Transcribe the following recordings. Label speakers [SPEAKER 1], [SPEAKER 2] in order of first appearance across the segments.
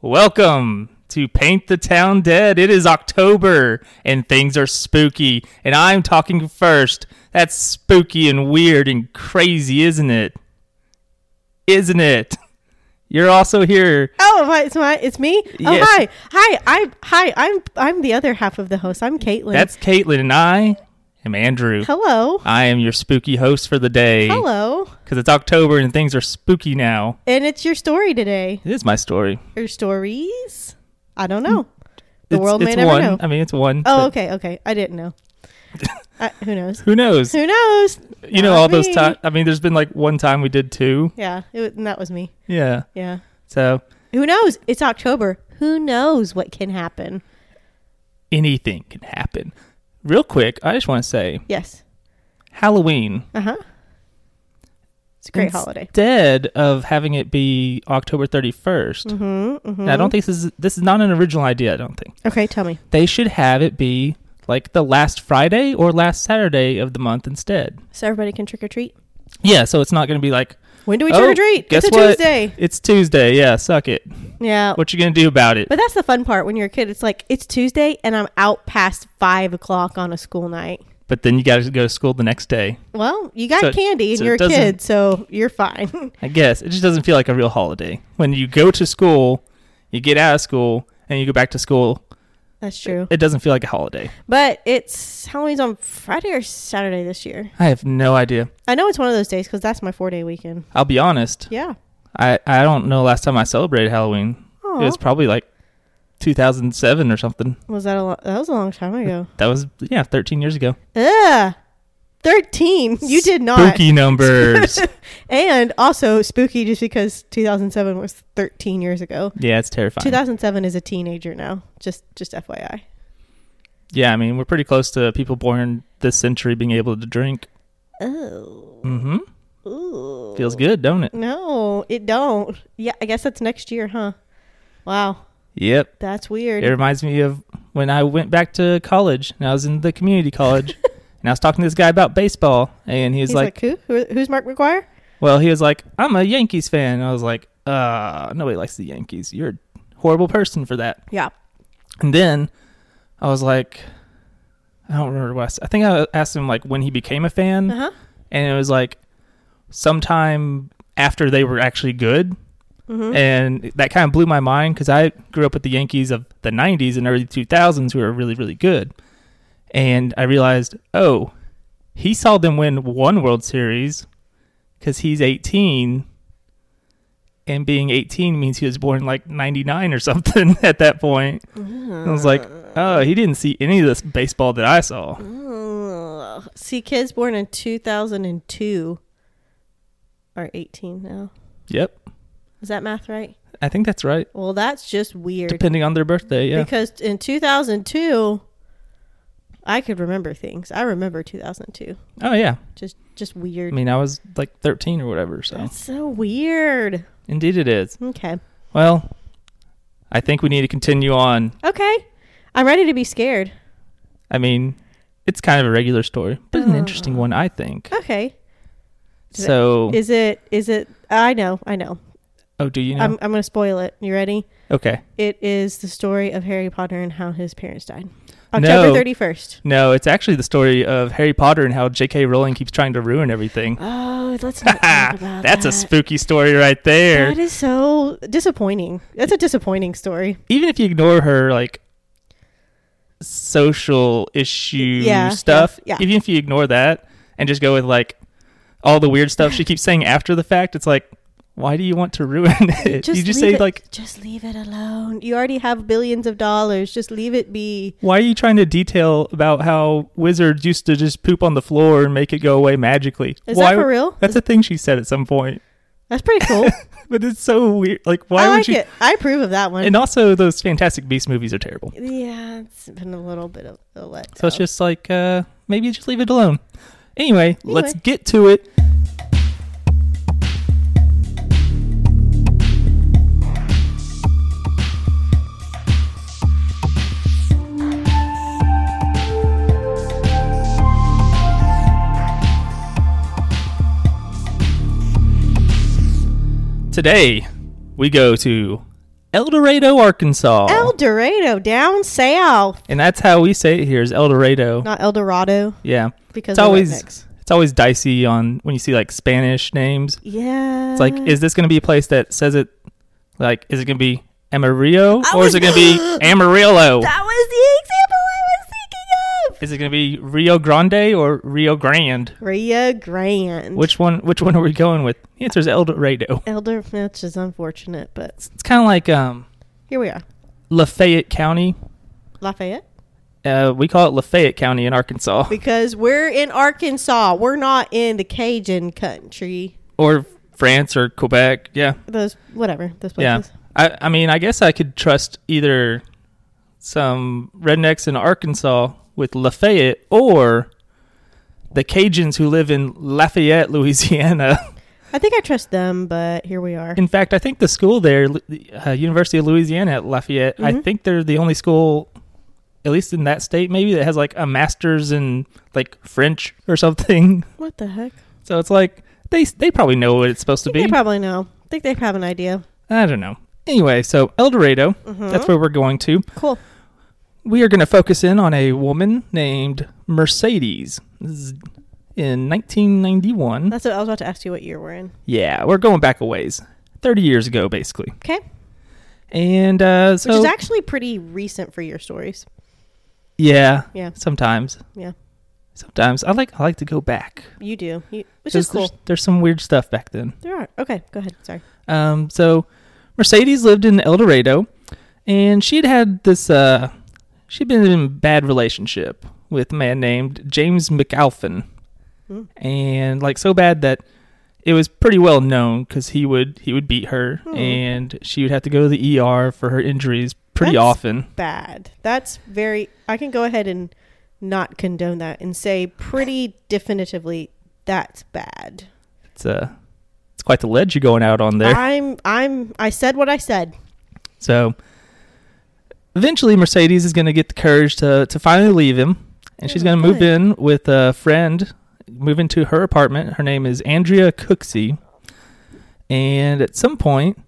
[SPEAKER 1] Welcome to Paint the Town Dead. It is October and things are spooky, and I'm talking first. That's spooky and weird and crazy, isn't it? Isn't it? You're also here.
[SPEAKER 2] Oh, my, it's my, it's me. Oh,
[SPEAKER 1] Yes.
[SPEAKER 2] hi, hi, I, hi, I'm, I'm the other half of the host. I'm Caitlin.
[SPEAKER 1] That's Caitlin, and I am Andrew.
[SPEAKER 2] hello,
[SPEAKER 1] I am your spooky host for the day.
[SPEAKER 2] hello,
[SPEAKER 1] Because it's October and things are spooky now.
[SPEAKER 2] and it's your story today.
[SPEAKER 1] It is my story.
[SPEAKER 2] Your stories? I don't
[SPEAKER 1] Mm.
[SPEAKER 2] know. The
[SPEAKER 1] it's,
[SPEAKER 2] world may
[SPEAKER 1] it's
[SPEAKER 2] never
[SPEAKER 1] one.
[SPEAKER 2] know.
[SPEAKER 1] I mean, it's one. but
[SPEAKER 2] Oh, okay, okay. I didn't know. I, who knows?
[SPEAKER 1] Who knows?
[SPEAKER 2] Who knows?
[SPEAKER 1] you know,
[SPEAKER 2] Not
[SPEAKER 1] all those
[SPEAKER 2] me.
[SPEAKER 1] times. I mean, there's been like one time we did two.
[SPEAKER 2] Yeah, it, wa- and that was me.
[SPEAKER 1] Yeah.
[SPEAKER 2] Yeah.
[SPEAKER 1] So
[SPEAKER 2] Who knows? It's October. Who knows what can happen?
[SPEAKER 1] anything can happen. Real quick, I just want to say
[SPEAKER 2] Yes.
[SPEAKER 1] Halloween.
[SPEAKER 2] Uh huh. It's a great holiday.
[SPEAKER 1] Instead of having it be October 31st.
[SPEAKER 2] Mm-hmm, mm-hmm.
[SPEAKER 1] and I don't think this is this is not an original idea, I don't think.
[SPEAKER 2] Okay, tell me.
[SPEAKER 1] They should have it be like the last Friday or last Saturday of the month instead.
[SPEAKER 2] So everybody can trick or treat.
[SPEAKER 1] Yeah, so it's not going to be like
[SPEAKER 2] When do we
[SPEAKER 1] Oh,
[SPEAKER 2] trick or treat?
[SPEAKER 1] guess
[SPEAKER 2] it's a
[SPEAKER 1] what?
[SPEAKER 2] Tuesday.
[SPEAKER 1] it's Tuesday. Yeah, suck it.
[SPEAKER 2] Yeah.
[SPEAKER 1] What you going to do about it?
[SPEAKER 2] But that's the fun part when you're a kid. It's like it's Tuesday and I'm out past five o'clock on a school night.
[SPEAKER 1] But then you got to go to school the next day.
[SPEAKER 2] Well, you got
[SPEAKER 1] So-
[SPEAKER 2] candy and
[SPEAKER 1] so it
[SPEAKER 2] you're a
[SPEAKER 1] doesn't-
[SPEAKER 2] kid, so you're fine.
[SPEAKER 1] I guess it just doesn't feel like a real holiday. When you go to school, you get out of school, and you go back to school,
[SPEAKER 2] that's true.
[SPEAKER 1] it doesn't feel like a holiday.
[SPEAKER 2] But it's Halloween's on Friday or Saturday this year.
[SPEAKER 1] I have no idea.
[SPEAKER 2] I know it's one of those days because that's my four day weekend.
[SPEAKER 1] I'll be honest.
[SPEAKER 2] Yeah.
[SPEAKER 1] I, I don't know last time I celebrated Halloween.
[SPEAKER 2] Oh,
[SPEAKER 1] It was
[SPEAKER 2] was,
[SPEAKER 1] probably like 2007 or something.
[SPEAKER 2] that a lo- that was a long time ago?
[SPEAKER 1] That was yeah, 13 years ago.
[SPEAKER 2] Ugh, thirteen. You did not.
[SPEAKER 1] Spooky numbers.
[SPEAKER 2] And also spooky, just because 2007 was 13 years ago.
[SPEAKER 1] yeah, it's terrifying.
[SPEAKER 2] 2007 is a teenager now. Just just FYI.
[SPEAKER 1] yeah, I mean we're pretty close to people born this century being able to drink.
[SPEAKER 2] Oh.
[SPEAKER 1] Mm-hmm.
[SPEAKER 2] Ooh.
[SPEAKER 1] Feels good, don't it?
[SPEAKER 2] No, it don't. Yeah, I guess that's next year, huh? Wow,
[SPEAKER 1] Yep.
[SPEAKER 2] that's
[SPEAKER 1] It
[SPEAKER 2] weird.
[SPEAKER 1] reminds me of when I went back to college and I was in the community college and I was talking to this guy about baseball and he was
[SPEAKER 2] He's
[SPEAKER 1] like,
[SPEAKER 2] like, who? who? Who's Mark McGuire?
[SPEAKER 1] Well, he was like, I'm a Yankees fan. And I was like, uh, nobody likes the Yankees. You're a horrible person for that.
[SPEAKER 2] Yeah.
[SPEAKER 1] And then I was like, I don't remember what I, said. I think I asked him like when he became a fan,
[SPEAKER 2] Uh huh.
[SPEAKER 1] and it was like sometime after they were actually good.
[SPEAKER 2] Mhm.
[SPEAKER 1] And that kind of blew my mind because I grew up with the Yankees of the 90s and early 2000s who were really, really good. And I realized, oh, he saw them win one World Series because he's 18. And being 18 means he was born like 99 or something at that point. And I was like, oh, he didn't see any of this baseball that I saw.
[SPEAKER 2] Ugh. See, kids born in 2002 are 18 now.
[SPEAKER 1] Yep.
[SPEAKER 2] Is that math right?
[SPEAKER 1] I think that's right.
[SPEAKER 2] Well, that's just weird.
[SPEAKER 1] Depending on their birthday. Yeah.
[SPEAKER 2] Because in 2002, I could remember things. I remember 2002.
[SPEAKER 1] Oh, yeah.
[SPEAKER 2] Just just
[SPEAKER 1] I
[SPEAKER 2] weird.
[SPEAKER 1] mean, I was like 13 or whatever. So,
[SPEAKER 2] That's so weird.
[SPEAKER 1] indeed, it is.
[SPEAKER 2] Okay.
[SPEAKER 1] Well, I think we need to continue on.
[SPEAKER 2] Okay. I'm ready to be scared.
[SPEAKER 1] I mean, it's kind of a regular story, but an interesting one, I think.
[SPEAKER 2] Okay. Oh. Is it-
[SPEAKER 1] So,
[SPEAKER 2] Is it is it I know, I know.
[SPEAKER 1] oh, do you know?
[SPEAKER 2] I'm I'm gonna spoil it. You ready?
[SPEAKER 1] okay.
[SPEAKER 2] It is the story of Harry Potter and how his parents died. October
[SPEAKER 1] No.
[SPEAKER 2] thirty first.
[SPEAKER 1] No, it's actually the story of Harry Potter and how J.K. Rowling keeps trying to ruin everything.
[SPEAKER 2] Oh, let's not talk about
[SPEAKER 1] That's a
[SPEAKER 2] that.
[SPEAKER 1] spooky story right there.
[SPEAKER 2] That is so disappointing. That's a disappointing story.
[SPEAKER 1] Even if you ignore her, like, social issue
[SPEAKER 2] Yeah, yeah,
[SPEAKER 1] stuff,
[SPEAKER 2] yeah.
[SPEAKER 1] even if you ignore that and just go with, like, all the weird stuff she keeps saying after the fact, it's like, why do you want to ruin it? you just
[SPEAKER 2] leave
[SPEAKER 1] say,
[SPEAKER 2] it,
[SPEAKER 1] like,
[SPEAKER 2] just leave it alone. You already have billions of dollars. Just leave it be.
[SPEAKER 1] Why are you trying to detail about how wizards used to just poop on the floor and make it go away magically?
[SPEAKER 2] Is
[SPEAKER 1] why,
[SPEAKER 2] that for real?
[SPEAKER 1] That's a thing she said at some point.
[SPEAKER 2] That's pretty cool.
[SPEAKER 1] But it's so weird. Like, why
[SPEAKER 2] I
[SPEAKER 1] would
[SPEAKER 2] like
[SPEAKER 1] you?
[SPEAKER 2] it. I approve of that one.
[SPEAKER 1] And also, those Fantastic Beast movies are terrible.
[SPEAKER 2] yeah, it's been a little bit of a letdown.
[SPEAKER 1] So it's just like, uh, maybe just leave it alone. Anyway, let's
[SPEAKER 2] Anyway.
[SPEAKER 1] get to it. Today, we go to El Dorado, Arkansas.
[SPEAKER 2] El Dorado down south,
[SPEAKER 1] and that's how we say it here is El Dorado.
[SPEAKER 2] not El Dorado,
[SPEAKER 1] Yeah.
[SPEAKER 2] because
[SPEAKER 1] It's
[SPEAKER 2] of
[SPEAKER 1] always-
[SPEAKER 2] rednecks.
[SPEAKER 1] It's always dicey on when you see like Spanish names.
[SPEAKER 2] yeah.
[SPEAKER 1] It's like, is this going to be a place that says it? Like, is it going to be Amarillo
[SPEAKER 2] I
[SPEAKER 1] or is
[SPEAKER 2] was-
[SPEAKER 1] it going to be Amarillo?
[SPEAKER 2] that was the example I was thinking of.
[SPEAKER 1] Is it going to be Rio Grande or Rio Grande?
[SPEAKER 2] Rio Grande.
[SPEAKER 1] Which one? Which one are we going with? The answer is El Dorado.
[SPEAKER 2] Elder Finch is unfortunate, but
[SPEAKER 1] It's kind of like um,
[SPEAKER 2] here we are.
[SPEAKER 1] Lafayette County.
[SPEAKER 2] Lafayette.
[SPEAKER 1] Uh, we call it Lafayette County in Arkansas,
[SPEAKER 2] Because we're in Arkansas. We're not in the Cajun country.
[SPEAKER 1] or France or Quebec. Yeah,
[SPEAKER 2] Those whatever, those
[SPEAKER 1] yeah.
[SPEAKER 2] places.
[SPEAKER 1] I, I mean, I guess I could trust either some rednecks in Arkansas with Lafayette or the Cajuns who live in Lafayette, Louisiana.
[SPEAKER 2] I think I trust them, but here we are.
[SPEAKER 1] in fact, I think the school there, Lu- uh, University of Louisiana at Lafayette, I
[SPEAKER 2] Mhm.
[SPEAKER 1] think they're the only school, at least in that state, maybe that has like a master's in like French or something.
[SPEAKER 2] what the heck?
[SPEAKER 1] So it's like they they probably know what it's supposed
[SPEAKER 2] I
[SPEAKER 1] to
[SPEAKER 2] think they
[SPEAKER 1] be.
[SPEAKER 2] probably know. I think they have an idea.
[SPEAKER 1] I don't know. Anyway, so El Dorado,
[SPEAKER 2] Mhm.
[SPEAKER 1] that's where we're going to.
[SPEAKER 2] Cool.
[SPEAKER 1] We are going to focus in on a woman named Mercedes. This is in 1991.
[SPEAKER 2] That's what I was about to ask you what year we're in.
[SPEAKER 1] yeah, we're going back a ways, 30 years ago, basically.
[SPEAKER 2] Okay.
[SPEAKER 1] And uh, so
[SPEAKER 2] Which is actually pretty recent for your stories.
[SPEAKER 1] yeah,
[SPEAKER 2] Yeah.
[SPEAKER 1] sometimes,
[SPEAKER 2] Yeah.
[SPEAKER 1] sometimes I like I like to go back,
[SPEAKER 2] You do. You, which
[SPEAKER 1] 'Cause
[SPEAKER 2] is cool.
[SPEAKER 1] There's, there's some weird stuff back then.
[SPEAKER 2] There are. Okay. Go ahead. Sorry.
[SPEAKER 1] Um, so Mercedes lived in El Dorado, and she'd had this. Uh, she'd been in a bad relationship with a man named James McAlfin,
[SPEAKER 2] Hmm.
[SPEAKER 1] and like so bad that it was pretty well known because he would he would beat her,
[SPEAKER 2] Hmm.
[SPEAKER 1] and she would have to go to the ER for her injuries pretty
[SPEAKER 2] That's-
[SPEAKER 1] often.
[SPEAKER 2] Bad. That's very. I can go ahead and not condone that and say pretty definitively that's bad.
[SPEAKER 1] It's uh, it's quite the ledge you're going out on there.
[SPEAKER 2] I'm. I'm. I said what I said.
[SPEAKER 1] So eventually, Mercedes is going to get the courage to, to finally leave him, and she's
[SPEAKER 2] Yeah,
[SPEAKER 1] going to move
[SPEAKER 2] good.
[SPEAKER 1] in with a friend, move into her apartment. Her name is Andrea Cooksey, and at some point,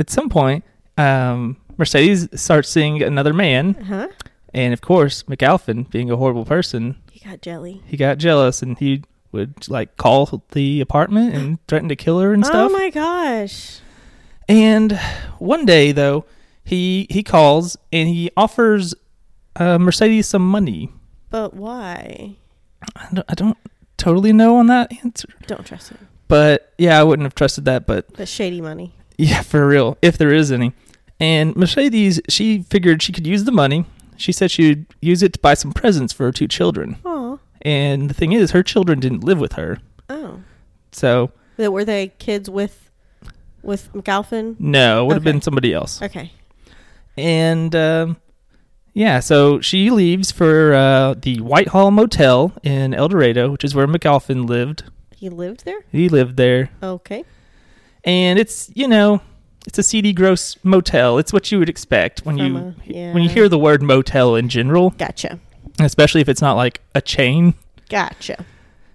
[SPEAKER 1] at some point, um, Mercedes starts seeing another man,
[SPEAKER 2] Huh?
[SPEAKER 1] and of course, McAlfin, being a horrible person,
[SPEAKER 2] He got jelly.
[SPEAKER 1] he got jealous and he would like call the apartment and threaten to kill her and stuff.
[SPEAKER 2] Oh my gosh.
[SPEAKER 1] And one day, though, he he calls and he offers uh, Mercedes some money.
[SPEAKER 2] But why?
[SPEAKER 1] I don't, I don't totally know on that answer,
[SPEAKER 2] Don't trust him.
[SPEAKER 1] but yeah, I wouldn't have trusted that. But
[SPEAKER 2] But shady money.
[SPEAKER 1] yeah, for real, if there is any. And Mercedes, she figured she could use the money. She said she would use it to buy some presents for her two children.
[SPEAKER 2] Oh.
[SPEAKER 1] And the thing is, her children didn't live with her,
[SPEAKER 2] Oh.
[SPEAKER 1] so
[SPEAKER 2] That were they kids with, with McAlfin?
[SPEAKER 1] no, it would have
[SPEAKER 2] Okay.
[SPEAKER 1] been somebody else.
[SPEAKER 2] Okay.
[SPEAKER 1] and um, yeah, so she leaves for uh, the Whitehall Motel in El Dorado, which is where McAlfin lived.
[SPEAKER 2] He lived there.
[SPEAKER 1] He lived there,
[SPEAKER 2] Okay.
[SPEAKER 1] and it's you know, it's a seedy, gross motel. It's what you would expect when
[SPEAKER 2] From
[SPEAKER 1] you
[SPEAKER 2] a- yeah.
[SPEAKER 1] when you hear the word motel in general,
[SPEAKER 2] Gotcha.
[SPEAKER 1] especially if it's not like a chain.
[SPEAKER 2] Gotcha.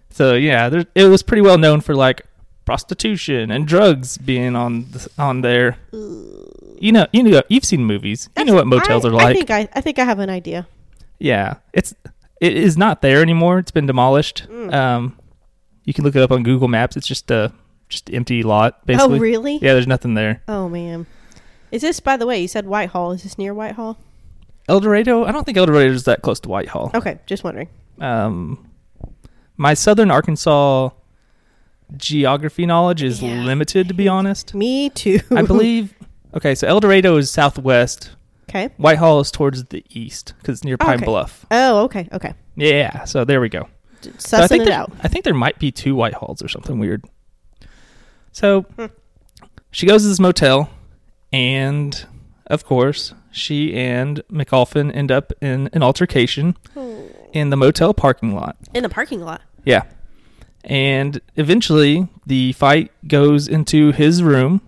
[SPEAKER 1] So yeah, there, it was pretty well known for like prostitution and drugs being on th- on there. You know, you know, you've seen movies. You know what motels
[SPEAKER 2] I-
[SPEAKER 1] are like.
[SPEAKER 2] I think I, I think I have an idea. Oh,
[SPEAKER 1] Yeah, it's it is not there anymore. It's been demolished.
[SPEAKER 2] Mm.
[SPEAKER 1] Um, you can look it up on Google Maps. It's just a just empty lot basically.
[SPEAKER 2] Oh really?
[SPEAKER 1] Yeah, there's nothing there.
[SPEAKER 2] Oh man. Is this by the way? You said Whitehall. Is this near Whitehall?
[SPEAKER 1] El Dorado. I don't think El Dorado is that close to Whitehall.
[SPEAKER 2] Okay. Just wondering.
[SPEAKER 1] Um, my Southern Arkansas geography knowledge is
[SPEAKER 2] Yeah.
[SPEAKER 1] limited, to be honest.
[SPEAKER 2] Me too.
[SPEAKER 1] I believe. Okay, so El Dorado is southwest.
[SPEAKER 2] Okay.
[SPEAKER 1] Whitehall is towards the east because it's near Pine
[SPEAKER 2] Okay.
[SPEAKER 1] Bluff.
[SPEAKER 2] Oh. Okay. Okay.
[SPEAKER 1] Yeah, so there we go.
[SPEAKER 2] D- Sussing
[SPEAKER 1] So I think
[SPEAKER 2] it
[SPEAKER 1] there,
[SPEAKER 2] out.
[SPEAKER 1] I think there might be two Whitehalls or something weird. So she goes to this motel, and of course, she and McAlfin end up in an altercation in the motel parking lot.
[SPEAKER 2] In the parking lot.
[SPEAKER 1] Yeah. And eventually, the fight goes into his room,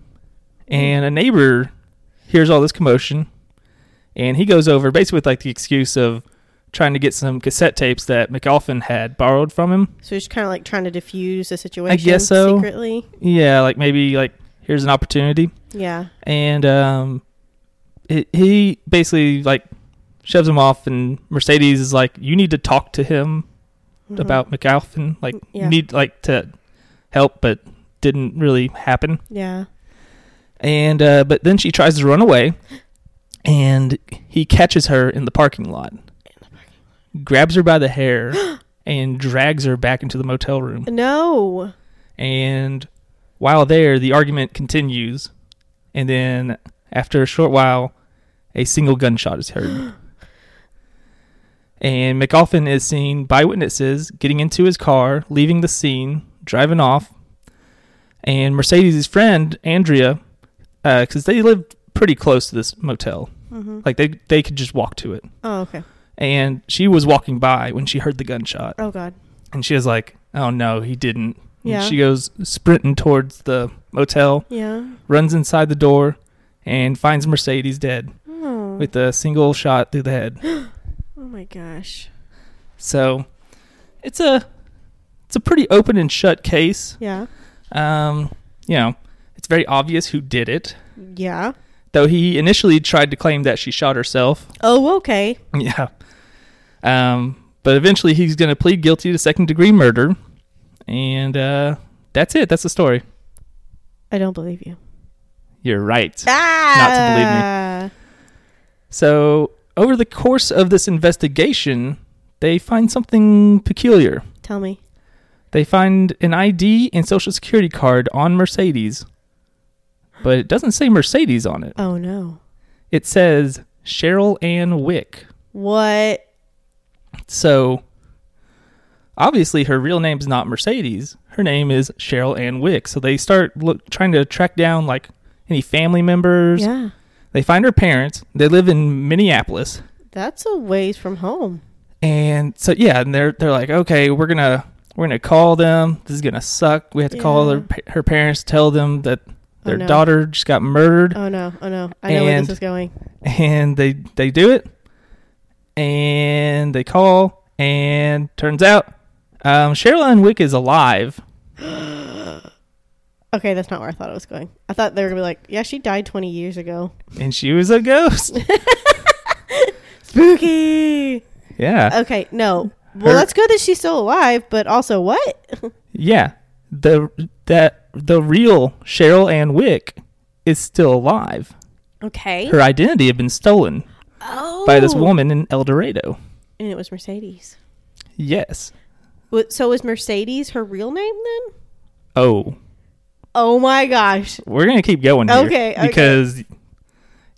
[SPEAKER 1] and a neighbor hears all this commotion, and he goes over basically with like the excuse of trying to get some cassette tapes that McAlfin had borrowed from him.
[SPEAKER 2] So he's kind of like trying to diffuse the situation.
[SPEAKER 1] so.
[SPEAKER 2] Secretly.
[SPEAKER 1] Yeah, like maybe like here's an opportunity.
[SPEAKER 2] Yeah.
[SPEAKER 1] and um, it, he basically like shoves him off, and Mercedes is like, "You need to talk to him
[SPEAKER 2] Mhm.
[SPEAKER 1] about McAlpin. Like,
[SPEAKER 2] Yeah.
[SPEAKER 1] you need like to help, but didn't really happen."
[SPEAKER 2] Yeah.
[SPEAKER 1] And uh, but then she tries to run away, and he catches her in the parking lot, grabs her by the hair, and drags her back into the motel room.
[SPEAKER 2] No.
[SPEAKER 1] And while there, the argument continues. And then, after a short while, a single gunshot is heard. and McAlpin is seen by witnesses getting into his car, leaving the scene, driving off. And Mercedes' friend, Andrea, because they lived pretty close to this motel,
[SPEAKER 2] hmm
[SPEAKER 1] like they, they could just walk to it.
[SPEAKER 2] Oh, okay.
[SPEAKER 1] And she was walking by when she heard the gunshot.
[SPEAKER 2] Oh, God.
[SPEAKER 1] And she was like, "Oh no, he didn't." And
[SPEAKER 2] Yeah.
[SPEAKER 1] she goes sprinting towards the motel,
[SPEAKER 2] Yeah.
[SPEAKER 1] runs inside the door, and finds Mercedes dead
[SPEAKER 2] Oh.
[SPEAKER 1] with a single shot through the head.
[SPEAKER 2] oh my gosh.
[SPEAKER 1] So, it's a it's a pretty open and shut case.
[SPEAKER 2] Yeah.
[SPEAKER 1] Um, you know, it's very obvious who did it.
[SPEAKER 2] Yeah.
[SPEAKER 1] Though he initially tried to claim that she shot herself.
[SPEAKER 2] Oh, okay.
[SPEAKER 1] Yeah. Um, but eventually he's going to plead guilty to second degree murder. And uh, that's it. That's the story.
[SPEAKER 2] I don't believe you.
[SPEAKER 1] You're right.
[SPEAKER 2] Ah! Not to
[SPEAKER 1] So, over the course of this investigation, they find something peculiar.
[SPEAKER 2] believe me. Tell me.
[SPEAKER 1] They find an ID and social security card on Mercedes, but it doesn't say Mercedes on it.
[SPEAKER 2] Oh no.
[SPEAKER 1] It says Cheryl Ann Wick.
[SPEAKER 2] What?
[SPEAKER 1] So, obviously, her real name's not Mercedes. Her name is Cheryl Ann Wick. So, they start look, trying to track down like any family members.
[SPEAKER 2] Yeah.
[SPEAKER 1] They find her parents. They live in Minneapolis.
[SPEAKER 2] That's a ways from home.
[SPEAKER 1] And so yeah, and they're they're like, okay, we're gonna we're gonna call them. This is gonna suck. We have to call
[SPEAKER 2] Yeah. Oh,
[SPEAKER 1] her pa- her parents, tell them that their
[SPEAKER 2] no.
[SPEAKER 1] daughter just got murdered,
[SPEAKER 2] Oh no. Oh no. I know where
[SPEAKER 1] And-
[SPEAKER 2] this is going.
[SPEAKER 1] and they they do it, and they call, and turns out um, Cheryl Ann Wick is alive.
[SPEAKER 2] Okay, that's not where I thought it was going. I thought they were gonna be like, yeah, she died twenty years ago.
[SPEAKER 1] And she was a ghost.
[SPEAKER 2] Spooky.
[SPEAKER 1] yeah.
[SPEAKER 2] Okay, no. Well,
[SPEAKER 1] Her-
[SPEAKER 2] that's good that she's still alive, but also what?
[SPEAKER 1] Yeah. The that the real Cheryl Ann Wick is still alive.
[SPEAKER 2] okay.
[SPEAKER 1] Her identity had been stolen
[SPEAKER 2] oh.
[SPEAKER 1] by this woman in El Dorado.
[SPEAKER 2] And it was Mercedes.
[SPEAKER 1] Yes.
[SPEAKER 2] Wa- So is Mercedes her real name then?
[SPEAKER 1] Oh,
[SPEAKER 2] Oh my gosh.
[SPEAKER 1] we're gonna keep going here,
[SPEAKER 2] Okay, okay.
[SPEAKER 1] Because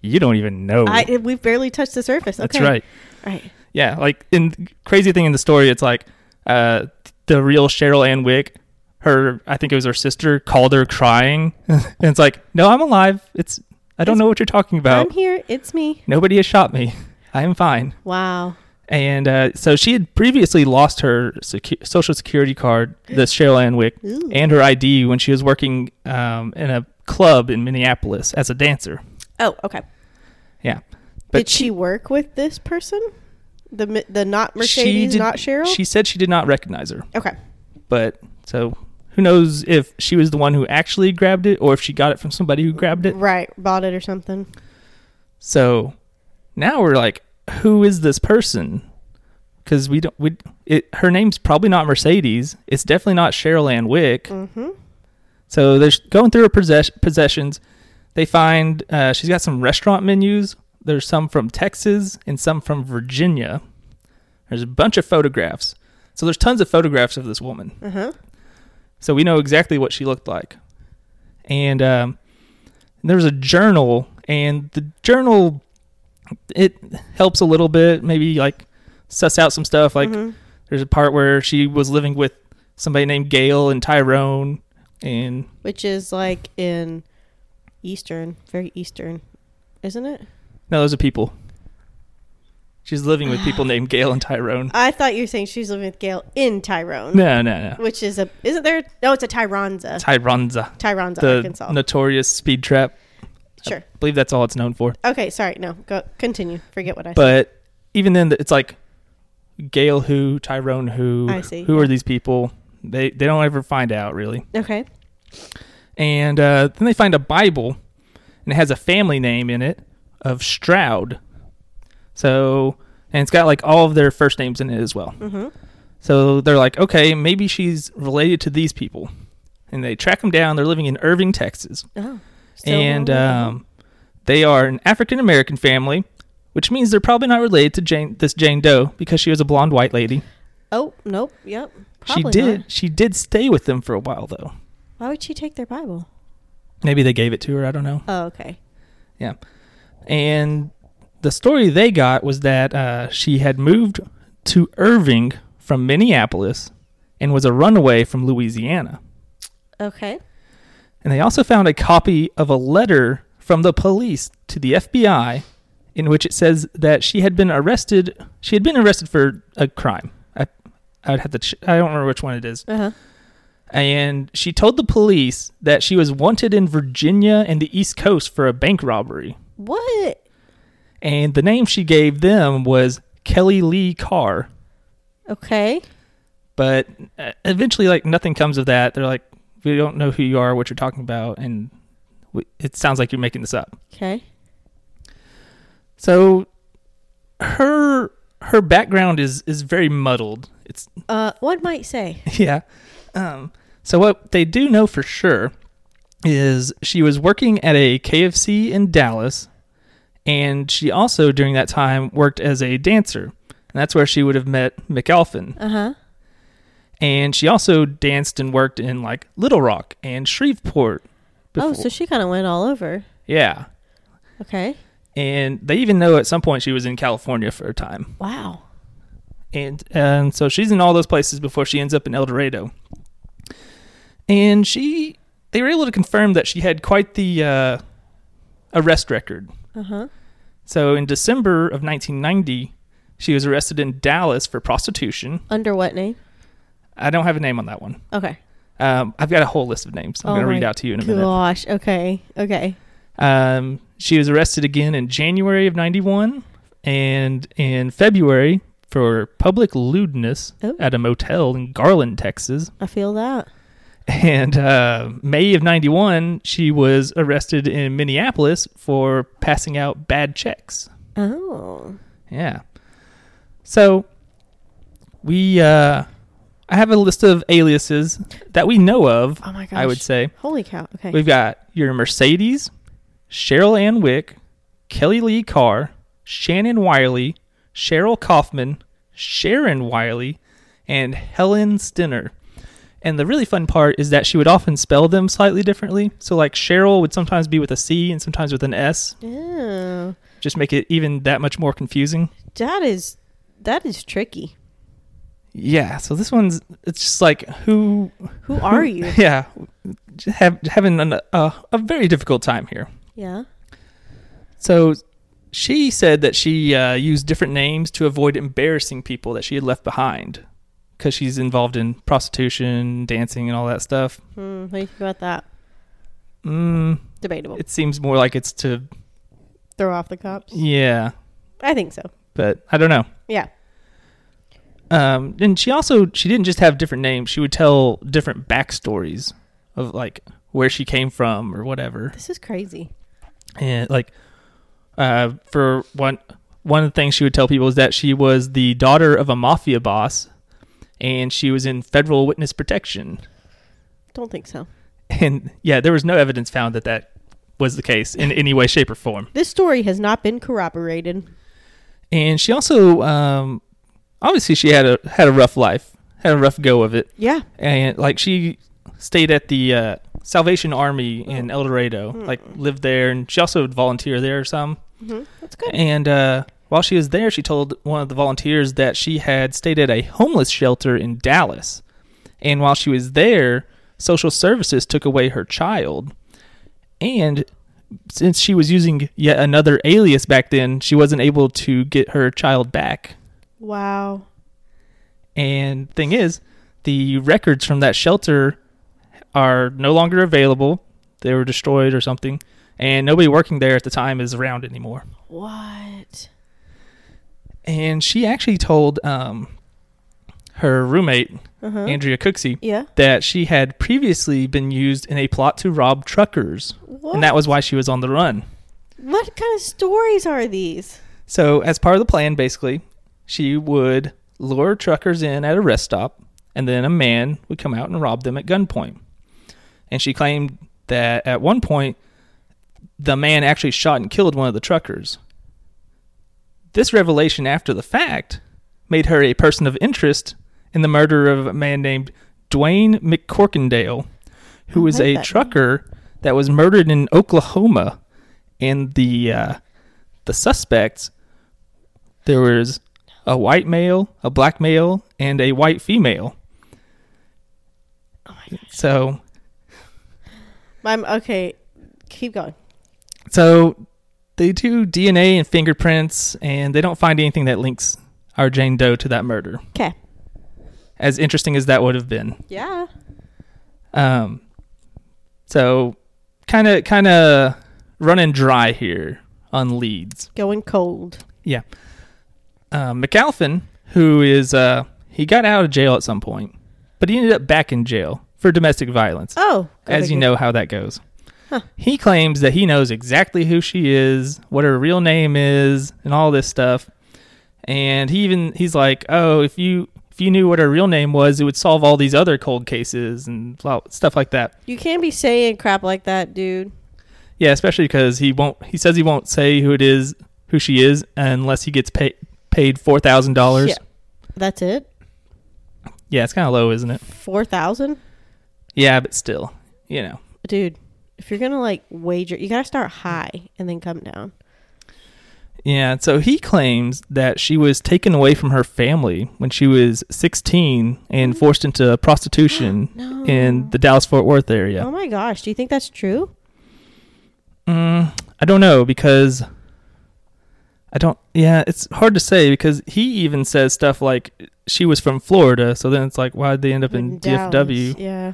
[SPEAKER 1] you don't even know.
[SPEAKER 2] I, we've barely touched the surface. Okay.
[SPEAKER 1] Oh. That's right.
[SPEAKER 2] All right.
[SPEAKER 1] Yeah, like in crazy thing in the story, it's like uh, the real Cheryl Ann Wick. Her, I think it was her sister, called her crying, and it's like, no, I'm alive. It's I don't
[SPEAKER 2] It's-
[SPEAKER 1] know what you're talking
[SPEAKER 2] I'm
[SPEAKER 1] about.
[SPEAKER 2] here. It's me.
[SPEAKER 1] Nobody has shot me. I am fine.
[SPEAKER 2] Wow.
[SPEAKER 1] And uh, so she had previously lost her secu- social security card, the Cheryl Ann Wick,
[SPEAKER 2] Ooh.
[SPEAKER 1] and her ID when she was working um, in a club in Minneapolis as a dancer.
[SPEAKER 2] Oh, okay.
[SPEAKER 1] Yeah.
[SPEAKER 2] did she, work with this person? The mi- the not
[SPEAKER 1] she
[SPEAKER 2] Mercedes,
[SPEAKER 1] did-
[SPEAKER 2] not Cheryl.
[SPEAKER 1] She said she did not recognize her,
[SPEAKER 2] okay.
[SPEAKER 1] but so who knows if she was the one who actually grabbed it or if she got it from somebody who grabbed it.
[SPEAKER 2] Right, bought it or something.
[SPEAKER 1] So now we're like, who is this person? Because we don't we it her name's probably not Mercedes. It's definitely not Cheryl Ann Wick.
[SPEAKER 2] Mm-hmm.
[SPEAKER 1] So they're going through her possess- possessions. They find uh, she's got some restaurant menus. There's some from Texas and some from Virginia. There's a bunch of photographs. So there's tons of photographs of this woman.
[SPEAKER 2] Uh huh.
[SPEAKER 1] So we know exactly what she looked like. And um, there's a journal, and the journal it helps a little bit, maybe like suss out some stuff.
[SPEAKER 2] Mm-hmm.
[SPEAKER 1] Like there's a part where she was living with somebody named Gail and Tyrone, and
[SPEAKER 2] Which is like in Eastern, very Eastern, isn't it?
[SPEAKER 1] No, those are people. She's living with people named Gail and Tyrone.
[SPEAKER 2] I thought you were saying she's living with Gail in Tyrone,
[SPEAKER 1] No, no, no.
[SPEAKER 2] which is a isn't there? No, it's a Tyronza,
[SPEAKER 1] Tyronza,
[SPEAKER 2] Tyronza,
[SPEAKER 1] the
[SPEAKER 2] Arkansas.
[SPEAKER 1] notorious speed trap.
[SPEAKER 2] sure.
[SPEAKER 1] I believe that's all it's known for.
[SPEAKER 2] Okay. Sorry. No. Go. Continue. Forget what I said.
[SPEAKER 1] But even then, it's like Gail who, Tyrone who.
[SPEAKER 2] I see,
[SPEAKER 1] Who
[SPEAKER 2] yeah.
[SPEAKER 1] are these people? They they don't ever find out really.
[SPEAKER 2] Okay.
[SPEAKER 1] And uh, then they find a Bible, and it has a family name in it of Stroud. So, and it's got like all of their first names in it as well.
[SPEAKER 2] Mhm.
[SPEAKER 1] So they're like, okay, maybe she's related to these people. And they track them down. They're living in Irving, Texas.
[SPEAKER 2] Oh.
[SPEAKER 1] and um, they are an African American family, which means they're probably not related to Jane, this Jane Doe because she was a blonde white lady.
[SPEAKER 2] oh nope, yep.
[SPEAKER 1] she
[SPEAKER 2] Probably
[SPEAKER 1] did.
[SPEAKER 2] not.
[SPEAKER 1] She did stay with them for a while though.
[SPEAKER 2] Why would she take their Bible?
[SPEAKER 1] Maybe they gave it to her. I don't know.
[SPEAKER 2] Oh, okay.
[SPEAKER 1] Yeah. And the story they got was that uh, she had moved to Irving from Minneapolis and was a runaway from Louisiana.
[SPEAKER 2] Okay.
[SPEAKER 1] And they also found a copy of a letter from the police to the FBI in which it says that she had been arrested. She had been arrested for a crime. I, I would have to, ch- I don't remember which one it is.
[SPEAKER 2] Uh huh.
[SPEAKER 1] And she told the police that she was wanted in Virginia and the East Coast for a bank robbery.
[SPEAKER 2] What?
[SPEAKER 1] and the name she gave them was Kelly Lee Carr.
[SPEAKER 2] Okay.
[SPEAKER 1] But uh, eventually, like nothing comes of that. They're like, we don't know who you are, what you're talking about, and we, it sounds like you're making this up.
[SPEAKER 2] Okay.
[SPEAKER 1] So her her background is is very muddled. It's
[SPEAKER 2] Uh, one might say.
[SPEAKER 1] yeah. Um, so what they do know for sure is she was working at a KFC in Dallas, and she also during that time worked as a dancer. And that's where she would have met McAlpin.
[SPEAKER 2] Uh huh.
[SPEAKER 1] and she also danced and worked in like Little Rock and Shreveport.
[SPEAKER 2] Oh,
[SPEAKER 1] before.
[SPEAKER 2] so she kind of went all over.
[SPEAKER 1] yeah,
[SPEAKER 2] Okay.
[SPEAKER 1] and they even know at some point she was in California for a time,
[SPEAKER 2] Wow.
[SPEAKER 1] and and so she's in all those places before she ends up in El Dorado. And she, they were able to confirm that she had quite the uh, arrest record.
[SPEAKER 2] Uh huh.
[SPEAKER 1] So in December of 1990, she was arrested in Dallas for prostitution.
[SPEAKER 2] Under what name?
[SPEAKER 1] I don't have a name on that one.
[SPEAKER 2] Okay.
[SPEAKER 1] Um, I've got a whole list of names. I'm
[SPEAKER 2] Oh
[SPEAKER 1] going to
[SPEAKER 2] my
[SPEAKER 1] read out to you in a minute.
[SPEAKER 2] Gosh. Okay. Okay.
[SPEAKER 1] Um, she was arrested again in January of 91 and in February for public lewdness
[SPEAKER 2] Oh.
[SPEAKER 1] at a motel in Garland, Texas.
[SPEAKER 2] I feel that.
[SPEAKER 1] And uh, May of 91, she was arrested in Minneapolis for passing out bad checks.
[SPEAKER 2] Oh.
[SPEAKER 1] Yeah. So we, uh, I have a list of aliases that we know of,
[SPEAKER 2] Oh my gosh.
[SPEAKER 1] I would say.
[SPEAKER 2] Holy cow. Okay.
[SPEAKER 1] We've got your Mercedes, Cheryl Ann Wick, Kelly Lee Carr, Shannon Wiley, Cheryl Kaufman, Sharon Wiley, and Helen Stinner. And the really fun part is that she would often spell them slightly differently. So, like Cheryl would sometimes be with a C and sometimes with an S,
[SPEAKER 2] Oh,
[SPEAKER 1] just make it even that much more confusing.
[SPEAKER 2] that is that is tricky.
[SPEAKER 1] Yeah. So this one's it's just like who
[SPEAKER 2] Who are you?
[SPEAKER 1] Yeah, have, having an, uh, a very difficult time here.
[SPEAKER 2] Yeah.
[SPEAKER 1] So she said that she uh, used different names to avoid embarrassing people that she had left behind because she's involved in prostitution, dancing, and all that stuff.
[SPEAKER 2] Hmm. What do you think about that?
[SPEAKER 1] Mm,
[SPEAKER 2] Debatable.
[SPEAKER 1] it seems more like it's to,
[SPEAKER 2] Throw off the cops.
[SPEAKER 1] yeah,
[SPEAKER 2] I think so.
[SPEAKER 1] but I don't know.
[SPEAKER 2] Yeah.
[SPEAKER 1] Um, and she also she didn't just have different names; she would tell different backstories of like where she came from or whatever.
[SPEAKER 2] This is crazy.
[SPEAKER 1] and like uh for one one of the things she would tell people is that she was the daughter of a mafia boss and she was in federal witness protection
[SPEAKER 2] Don't think so.
[SPEAKER 1] and yeah there was no evidence found that that was the case in any way shape or form
[SPEAKER 2] This story has not been corroborated.
[SPEAKER 1] and she also um obviously she had a had a rough life had a rough go of it
[SPEAKER 2] Yeah.
[SPEAKER 1] and like she stayed at the uh Salvation Army in El Dorado, like lived there, and she also would volunteer there some.
[SPEAKER 2] hmm That's good.
[SPEAKER 1] And uh, while she was there, she told one of the volunteers that she had stayed at a homeless shelter in Dallas. And while she was there, social services took away her child. And since she was using yet another alias back then, she wasn't able to get her child back.
[SPEAKER 2] Wow.
[SPEAKER 1] And thing is, the records from that shelter are no longer available. They were destroyed or something. And nobody working there at the time is around anymore.
[SPEAKER 2] What?
[SPEAKER 1] and she actually told um, her roommate
[SPEAKER 2] Uh-huh.
[SPEAKER 1] Andrea Cooksey,
[SPEAKER 2] yeah.
[SPEAKER 1] that she had previously been used in a plot to rob truckers,
[SPEAKER 2] What?
[SPEAKER 1] and that was why she was on the run.
[SPEAKER 2] what kind of stories are these?
[SPEAKER 1] So, as part of the plan, basically, she would lure truckers in at a rest stop, and then a man would come out and rob them at gunpoint. And she claimed that at one point, the man actually shot and killed one of the truckers. This revelation after the fact made her a person of interest in the murder of a man named Dwayne McCorkindale, who
[SPEAKER 2] I
[SPEAKER 1] was
[SPEAKER 2] like
[SPEAKER 1] a
[SPEAKER 2] that name.
[SPEAKER 1] trucker that was murdered in Oklahoma. And the uh, the suspects there was a white male, a black male, and a white female.
[SPEAKER 2] Oh my gosh.
[SPEAKER 1] So
[SPEAKER 2] I'm okay. Keep going.
[SPEAKER 1] So they do DNA and fingerprints, and they don't find anything that links our Jane Doe to that murder.
[SPEAKER 2] Okay.
[SPEAKER 1] As interesting as that would have been.
[SPEAKER 2] Yeah.
[SPEAKER 1] Um, so kind of kind of running dry here on leads.
[SPEAKER 2] Going cold.
[SPEAKER 1] Yeah. Uh, McAlpin, who is uh, he got out of jail at some point, but he ended up back in jail for domestic violence.
[SPEAKER 2] Oh. go
[SPEAKER 1] as you
[SPEAKER 2] figure.
[SPEAKER 1] know how that goes.
[SPEAKER 2] Huh.
[SPEAKER 1] He claims that he knows exactly who she is, what her real name is, and all this stuff. And he even he's like, "Oh, if you if you knew what her real name was, it would solve all these other cold cases and blah- stuff like that."
[SPEAKER 2] You can't be saying crap like that, dude.
[SPEAKER 1] Yeah, especially because he won't. He says he won't say who it is, who she is, unless he gets paid paid four thousand dollars.
[SPEAKER 2] Yeah. That's it.
[SPEAKER 1] Yeah, it's kind of low, isn't it?
[SPEAKER 2] Four thousand,
[SPEAKER 1] Yeah, but still, you know.
[SPEAKER 2] dude. If you're gonna like wager, you gotta start high and then come down.
[SPEAKER 1] Yeah, so he claims that she was taken away from her family when she was 16 and forced into prostitution
[SPEAKER 2] No.
[SPEAKER 1] in the Dallas Fort Worth
[SPEAKER 2] Oh
[SPEAKER 1] area.
[SPEAKER 2] my gosh, do you think that's true?
[SPEAKER 1] Mm, I don't know because I don't, yeah, it's hard to say because he even says stuff like she was from Florida, so then it's like, why'd they end up in
[SPEAKER 2] Dallas,
[SPEAKER 1] DFW?
[SPEAKER 2] Yeah.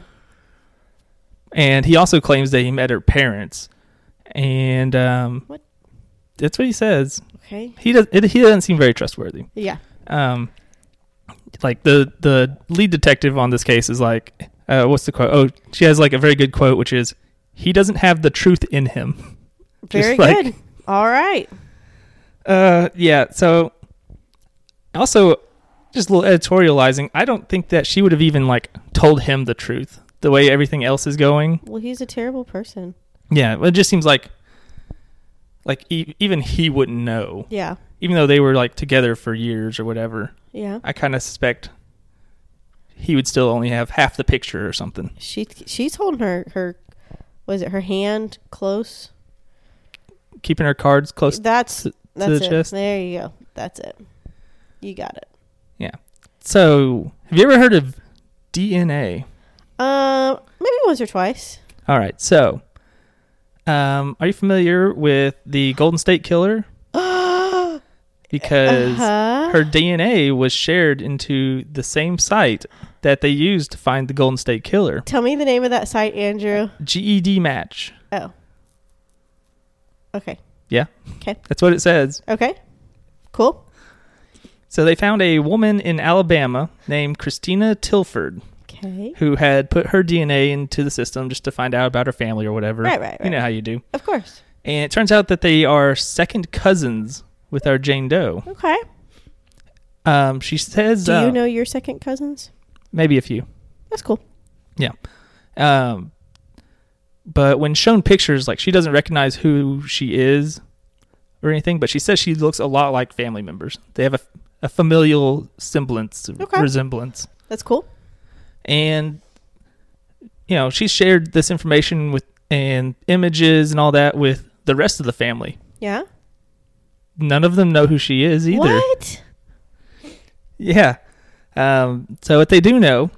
[SPEAKER 1] And he also claims that he met her parents. And um,
[SPEAKER 2] What?
[SPEAKER 1] that's what he says.
[SPEAKER 2] Okay.
[SPEAKER 1] He, does, it, he doesn't seem very trustworthy.
[SPEAKER 2] Yeah.
[SPEAKER 1] um like the the lead detective on this case is like uh what's the quote oh she has like a very good quote which is he doesn't have the truth in him
[SPEAKER 2] Very
[SPEAKER 1] like-
[SPEAKER 2] good. All right.
[SPEAKER 1] uh yeah so also just a little editorializing i don't think that she would have even like told him the truth the way everything else is going
[SPEAKER 2] Well, he's a terrible person.
[SPEAKER 1] yeah it just seems like like e- even he wouldn't know
[SPEAKER 2] Yeah.
[SPEAKER 1] even though they were like together for years or whatever
[SPEAKER 2] Yeah.
[SPEAKER 1] i kind of suspect he would still only have half the picture or something
[SPEAKER 2] She she's holding her her was it her hand close?
[SPEAKER 1] keeping her cards close.
[SPEAKER 2] that's
[SPEAKER 1] to-
[SPEAKER 2] that's
[SPEAKER 1] the
[SPEAKER 2] it.
[SPEAKER 1] chest.
[SPEAKER 2] There you go. That's it. You got it.
[SPEAKER 1] So, have you ever heard of DNA?
[SPEAKER 2] Um, maybe once or twice.
[SPEAKER 1] All right. So, um, are you familiar with the Golden State Killer?
[SPEAKER 2] uh
[SPEAKER 1] Because
[SPEAKER 2] Uh-huh.
[SPEAKER 1] her DNA was shared into the same site that they used to find the Golden State Killer.
[SPEAKER 2] Tell me the name of that site, Andrew.
[SPEAKER 1] GED match.
[SPEAKER 2] Oh. Okay.
[SPEAKER 1] That's what it says.
[SPEAKER 2] Okay. Cool.
[SPEAKER 1] So they found a woman in Alabama named Christina Tilford
[SPEAKER 2] Okay.
[SPEAKER 1] who had put her DNA into the system just to find out about her family or whatever.
[SPEAKER 2] Right, right,
[SPEAKER 1] You know
[SPEAKER 2] right.
[SPEAKER 1] how you do.
[SPEAKER 2] Of course.
[SPEAKER 1] And it turns out that they are second cousins with our Jane Doe.
[SPEAKER 2] Okay.
[SPEAKER 1] Um, she says,
[SPEAKER 2] Do
[SPEAKER 1] uh,
[SPEAKER 2] you know your second cousins?
[SPEAKER 1] maybe a few.
[SPEAKER 2] That's cool.
[SPEAKER 1] Um, but when shown pictures, like she doesn't recognize who she is or anything, but she says she looks a lot like family members. They have a, a familial semblance,
[SPEAKER 2] Okay.
[SPEAKER 1] resemblance.
[SPEAKER 2] That's cool.
[SPEAKER 1] And, you know, she shared this information with and images and all that with the rest of the family.
[SPEAKER 2] Yeah.
[SPEAKER 1] None of them know who she is either.
[SPEAKER 2] What?
[SPEAKER 1] Yeah. Um, so what they do know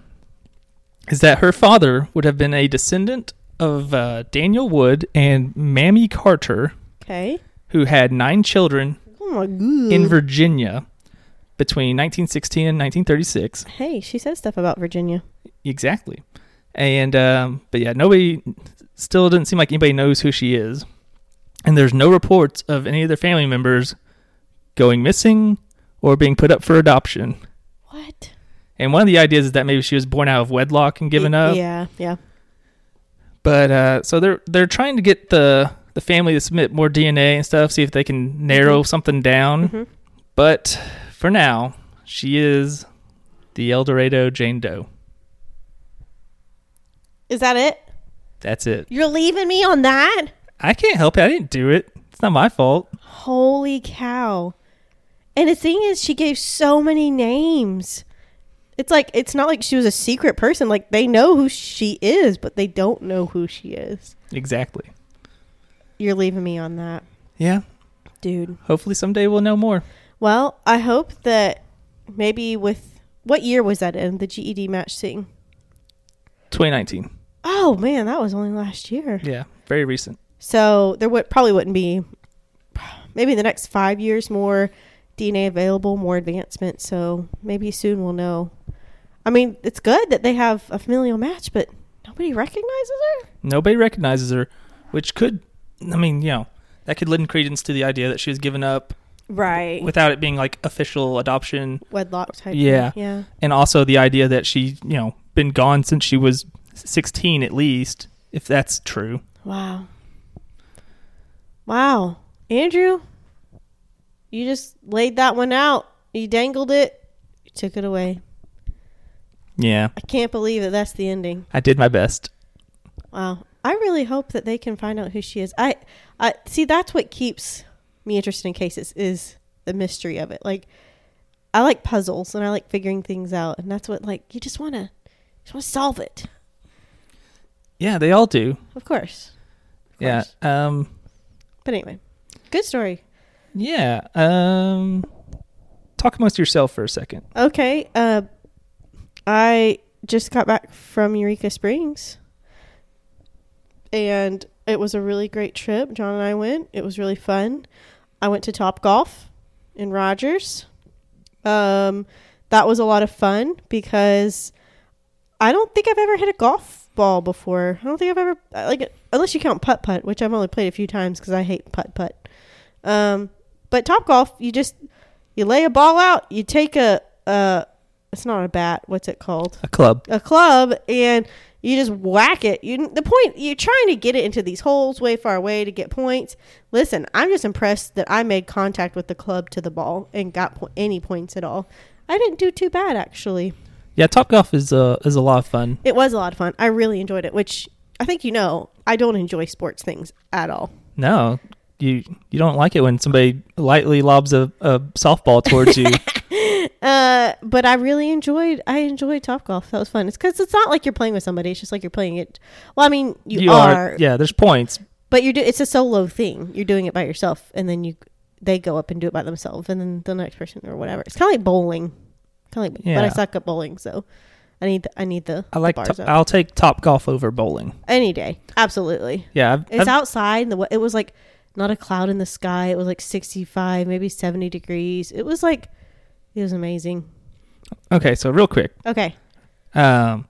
[SPEAKER 1] is that her father would have been a descendant of uh, Daniel Wood and Mammy Carter,
[SPEAKER 2] Okay.
[SPEAKER 1] who had nine children
[SPEAKER 2] Oh my god.
[SPEAKER 1] in Virginia between 1916 and 1936.
[SPEAKER 2] hey, she says stuff about Virginia.
[SPEAKER 1] Exactly. And um, but yeah, nobody still doesn't seem like anybody knows who she is, and there's no reports of any of their family members going missing or being put up for adoption.
[SPEAKER 2] What?
[SPEAKER 1] And one of the ideas is that maybe she was born out of wedlock and given
[SPEAKER 2] Y-
[SPEAKER 1] up.
[SPEAKER 2] Yeah, yeah.
[SPEAKER 1] But uh, so they're they're trying to get the the family to submit more DNA and stuff, see if they can narrow something down.
[SPEAKER 2] Mhm.
[SPEAKER 1] But for now, she is the El Dorado Jane Doe.
[SPEAKER 2] Is that it?
[SPEAKER 1] That's it.
[SPEAKER 2] You're leaving me on that?
[SPEAKER 1] I can't help it. I didn't do it. It's not my fault.
[SPEAKER 2] Holy cow. And the thing is, she gave so many names. It's like, it's not like she was a secret person. Like, they know who she is, but they don't know who she is.
[SPEAKER 1] Exactly.
[SPEAKER 2] You're leaving me on that,
[SPEAKER 1] Yeah.
[SPEAKER 2] dude.
[SPEAKER 1] Hopefully someday we'll know more.
[SPEAKER 2] Well, I hope that maybe with what year was that in the GED match thing?
[SPEAKER 1] 2019.
[SPEAKER 2] Oh man, that was only last year.
[SPEAKER 1] Yeah. Very recent.
[SPEAKER 2] So there would probably wouldn't be maybe in the next five years more DNA available, more advancement. So maybe soon we'll know. I mean, it's good that they have a familial match, but nobody recognizes her.
[SPEAKER 1] Nobody recognizes her, which could, I mean, you know, that could lend credence to the idea that she was given up
[SPEAKER 2] Right. With
[SPEAKER 1] without it being like official adoption.
[SPEAKER 2] wedlock type.
[SPEAKER 1] Yeah.
[SPEAKER 2] Thing. Yeah.
[SPEAKER 1] And also the idea that she, you know, been gone since she was 16 at least, if that's true.
[SPEAKER 2] Wow. Wow. Andrew, you just laid that one out. You dangled it. You took it away.
[SPEAKER 1] Yeah.
[SPEAKER 2] I can't believe that that's the ending.
[SPEAKER 1] I did my best.
[SPEAKER 2] Wow. I really hope that they can find out who she is. I, I see that's what keeps me interested in cases is the mystery of it. Like I like puzzles and I like figuring things out and that's what like you just want to just want to solve it.
[SPEAKER 1] Yeah, they all do.
[SPEAKER 2] Of course. Of
[SPEAKER 1] Yeah.
[SPEAKER 2] course.
[SPEAKER 1] Um,
[SPEAKER 2] But anyway. Good story.
[SPEAKER 1] yeah. Um, talk amongst yourself for a second.
[SPEAKER 2] Okay. Uh, I just got back from Eureka Springs, and it was a really great trip. John and I went. It was really fun. I went to Top Golf in Rogers. Um, that was a lot of fun because I don't think I've ever hit a golf ball before. I don't think I've ever like unless you count putt putt, which I've only played a few times because I hate putt putt. Um, but Top Golf, you just you lay a ball out, you take a uh it's not a bat, what's it called?
[SPEAKER 1] A club.
[SPEAKER 2] A club and you just whack it. You the point you're trying to get it into these holes way far away to get points. Listen, I'm just impressed that I made contact with the club to the ball and got po- any points at all. I didn't do too bad actually.
[SPEAKER 1] Yeah, Top Golf is a is a lot of fun.
[SPEAKER 2] It was a lot of fun. I really enjoyed it, which I think you know, I don't enjoy sports things at all.
[SPEAKER 1] No, you you don't like it when somebody lightly lobs a, a softball towards you.
[SPEAKER 2] Uh, but I really enjoyed. I enjoyed Top Golf. That was fun. It's because it's not like you're playing with somebody. It's just like you're playing it. Well, I mean, you, are,
[SPEAKER 1] yeah. There's points.
[SPEAKER 2] but you're. Do, it's a solo thing. You're doing it by yourself, and then you they go up and do it by themselves, and then the next person or whatever. It's kind of like bowling. Kind of like, but I
[SPEAKER 1] Yeah.
[SPEAKER 2] suck at bowling, so I need. The, I need the.
[SPEAKER 1] I like.
[SPEAKER 2] the bars
[SPEAKER 1] To,
[SPEAKER 2] up.
[SPEAKER 1] I'll take Top Golf over bowling.
[SPEAKER 2] any day. Absolutely.
[SPEAKER 1] Yeah, I've,
[SPEAKER 2] It's
[SPEAKER 1] I've-
[SPEAKER 2] outside. And the we- it was like not a cloud in the sky. It was like 65, maybe 70 degrees. It was like it was amazing.
[SPEAKER 1] okay. So real quick,
[SPEAKER 2] Okay.
[SPEAKER 1] um,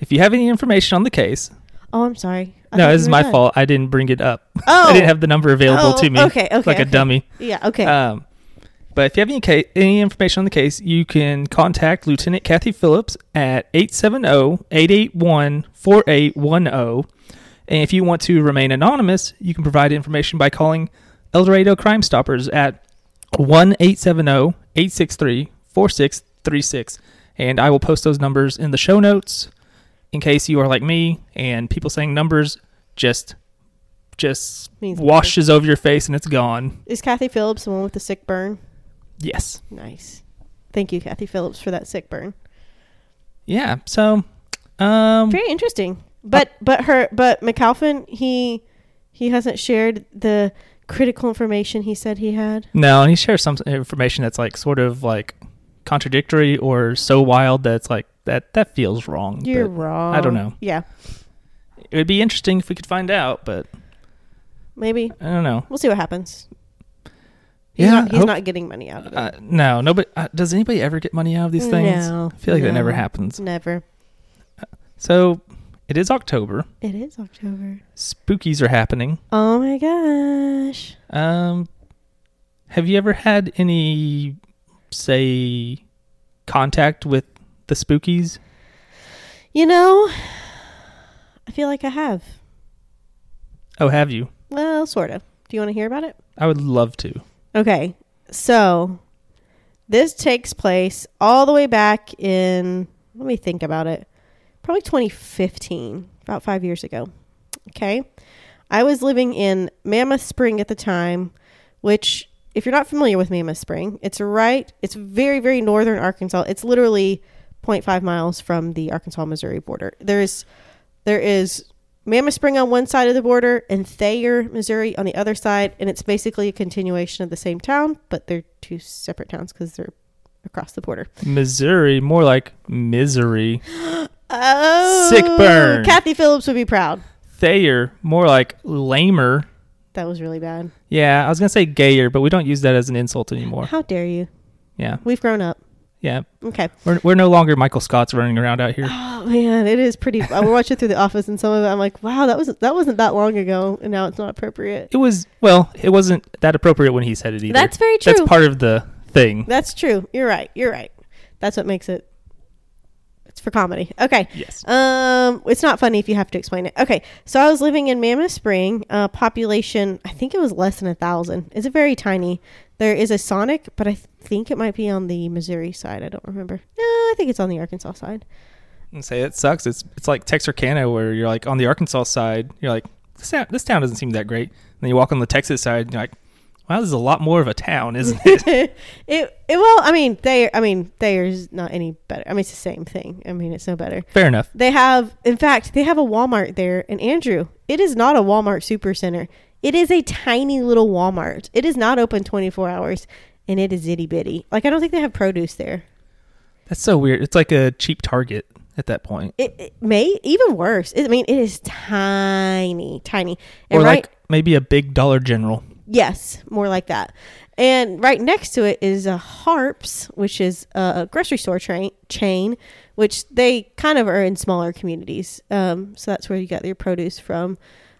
[SPEAKER 1] if you have any information on the case,
[SPEAKER 2] Oh, I'm sorry. I
[SPEAKER 1] no,
[SPEAKER 2] thought
[SPEAKER 1] this
[SPEAKER 2] you
[SPEAKER 1] is
[SPEAKER 2] were
[SPEAKER 1] my
[SPEAKER 2] done.
[SPEAKER 1] fault. I didn't bring it up.
[SPEAKER 2] Oh.
[SPEAKER 1] I didn't have the number available
[SPEAKER 2] Oh,
[SPEAKER 1] to me.
[SPEAKER 2] okay, okay,
[SPEAKER 1] like a
[SPEAKER 2] okay.
[SPEAKER 1] dummy.
[SPEAKER 2] Yeah. Okay.
[SPEAKER 1] Um, but if you have any ca- any information on the case, you can contact Lieutenant Kathy Phillips at oh, 870-881-4810. oh. And if you want to remain anonymous, you can provide information by calling El Dorado Crime Stoppers at oh, 1-870-863-4636. And I will post those numbers in the show notes in case you are like me and people saying numbers just just
[SPEAKER 2] Means nothing.
[SPEAKER 1] washes over your face and it's gone.
[SPEAKER 2] Is Kathy Phillips the one with the sick burn?
[SPEAKER 1] Yes.
[SPEAKER 2] Nice. Thank you, Kathy Phillips, for that sick burn.
[SPEAKER 1] Yeah. So, um,
[SPEAKER 2] Very interesting. But
[SPEAKER 1] Uh,
[SPEAKER 2] but her but McAlpin he he hasn't shared the critical information he said he had.
[SPEAKER 1] no, and he shares some information that's like sort of like contradictory or so wild that's like that that feels wrong.
[SPEAKER 2] You're
[SPEAKER 1] but
[SPEAKER 2] wrong.
[SPEAKER 1] don't know.
[SPEAKER 2] Yeah.
[SPEAKER 1] It would be interesting if we could find out, but
[SPEAKER 2] Maybe
[SPEAKER 1] I don't know.
[SPEAKER 2] we'll see what happens. He's
[SPEAKER 1] Yeah,
[SPEAKER 2] not, he's
[SPEAKER 1] hope-
[SPEAKER 2] not getting money out of it.
[SPEAKER 1] Uh, no, nobody. Uh, does anybody ever get money out of these things?
[SPEAKER 2] No,
[SPEAKER 1] I feel like that never
[SPEAKER 2] no.
[SPEAKER 1] happens.
[SPEAKER 2] Never.
[SPEAKER 1] So, it is October.
[SPEAKER 2] It is October.
[SPEAKER 1] Spookies are happening.
[SPEAKER 2] Oh my gosh.
[SPEAKER 1] Um, have you ever had any, say, contact with the Spookies?
[SPEAKER 2] You know, I feel like I have.
[SPEAKER 1] Oh, have you?
[SPEAKER 2] Well, sort of. Do you want to hear about it?
[SPEAKER 1] I would love to.
[SPEAKER 2] Okay. So this takes place all the way back in, let me think about it, probably 2015, about five years ago. Okay. I was living in Mammoth Spring at the time, which, if you're not familiar with Mammoth Spring, it's right, it's very, very northern Arkansas. It's literally 0.5 miles from the Arkansas Missouri border. There's, there is Mammoth Spring on one side of the border and Thayer, Missouri on the other side. And it's basically a continuation of the same town, but they're two separate towns because they're across the border.
[SPEAKER 1] Missouri, more like misery.
[SPEAKER 2] Oh,
[SPEAKER 1] Sick burn.
[SPEAKER 2] Kathy Phillips would be proud.
[SPEAKER 1] Thayer, more like lamer.
[SPEAKER 2] That was really bad.
[SPEAKER 1] Yeah, I was gonna say gayer, but we don't use that as an insult anymore.
[SPEAKER 2] How dare you?
[SPEAKER 1] Yeah,
[SPEAKER 2] We've grown up.
[SPEAKER 1] yeah.
[SPEAKER 2] Okay.
[SPEAKER 1] We're we're no longer Michael Scott's running around out here.
[SPEAKER 2] Oh man, it is pretty. I will watch it through the office, and some of it, I'm like, wow, that was that wasn't that long ago, and now it's not appropriate.
[SPEAKER 1] It was well, it wasn't that appropriate when he said it either.
[SPEAKER 3] That's very true.
[SPEAKER 1] That's part of the thing.
[SPEAKER 2] That's true. You're right. You're right. That's what makes it. It's for comedy. Okay.
[SPEAKER 1] Yes.
[SPEAKER 2] Um, it's not funny if you have to explain it. Okay, so I was living in Mammoth Spring, uh, population I think it was less than a thousand. It's a very tiny. There is a Sonic, but I th- think it might be on the Missouri side. I don't remember. No, I think it's on the Arkansas side.
[SPEAKER 1] And say it sucks. It's it's like Texarkana where you're like on the Arkansas side, you're like this town, this town doesn't seem that great. And then you walk on the Texas side, and you're like, wow, this is a lot more of a town, isn't it?
[SPEAKER 2] it, it well, I mean, they, I mean, there's not any better. I mean, it's the same thing. I mean, it's no better.
[SPEAKER 1] Fair enough.
[SPEAKER 2] They have, in fact, they have a Walmart there. And Andrew, it is not a Walmart supercenter. It is a tiny little Walmart. It is not open 24 hours and it is itty bitty. Like, I don't think they have produce there.
[SPEAKER 1] That's so weird. It's like a cheap Target at that point,
[SPEAKER 2] It, it may, even worse. It, I mean, it is tiny, tiny. And
[SPEAKER 1] or
[SPEAKER 2] right,
[SPEAKER 1] like maybe a big Dollar General.
[SPEAKER 2] yes, more like that. And right next to it is a Harps, which is a grocery store train, chain, which they kind of are in smaller communities. Um, so that's where you got your produce from.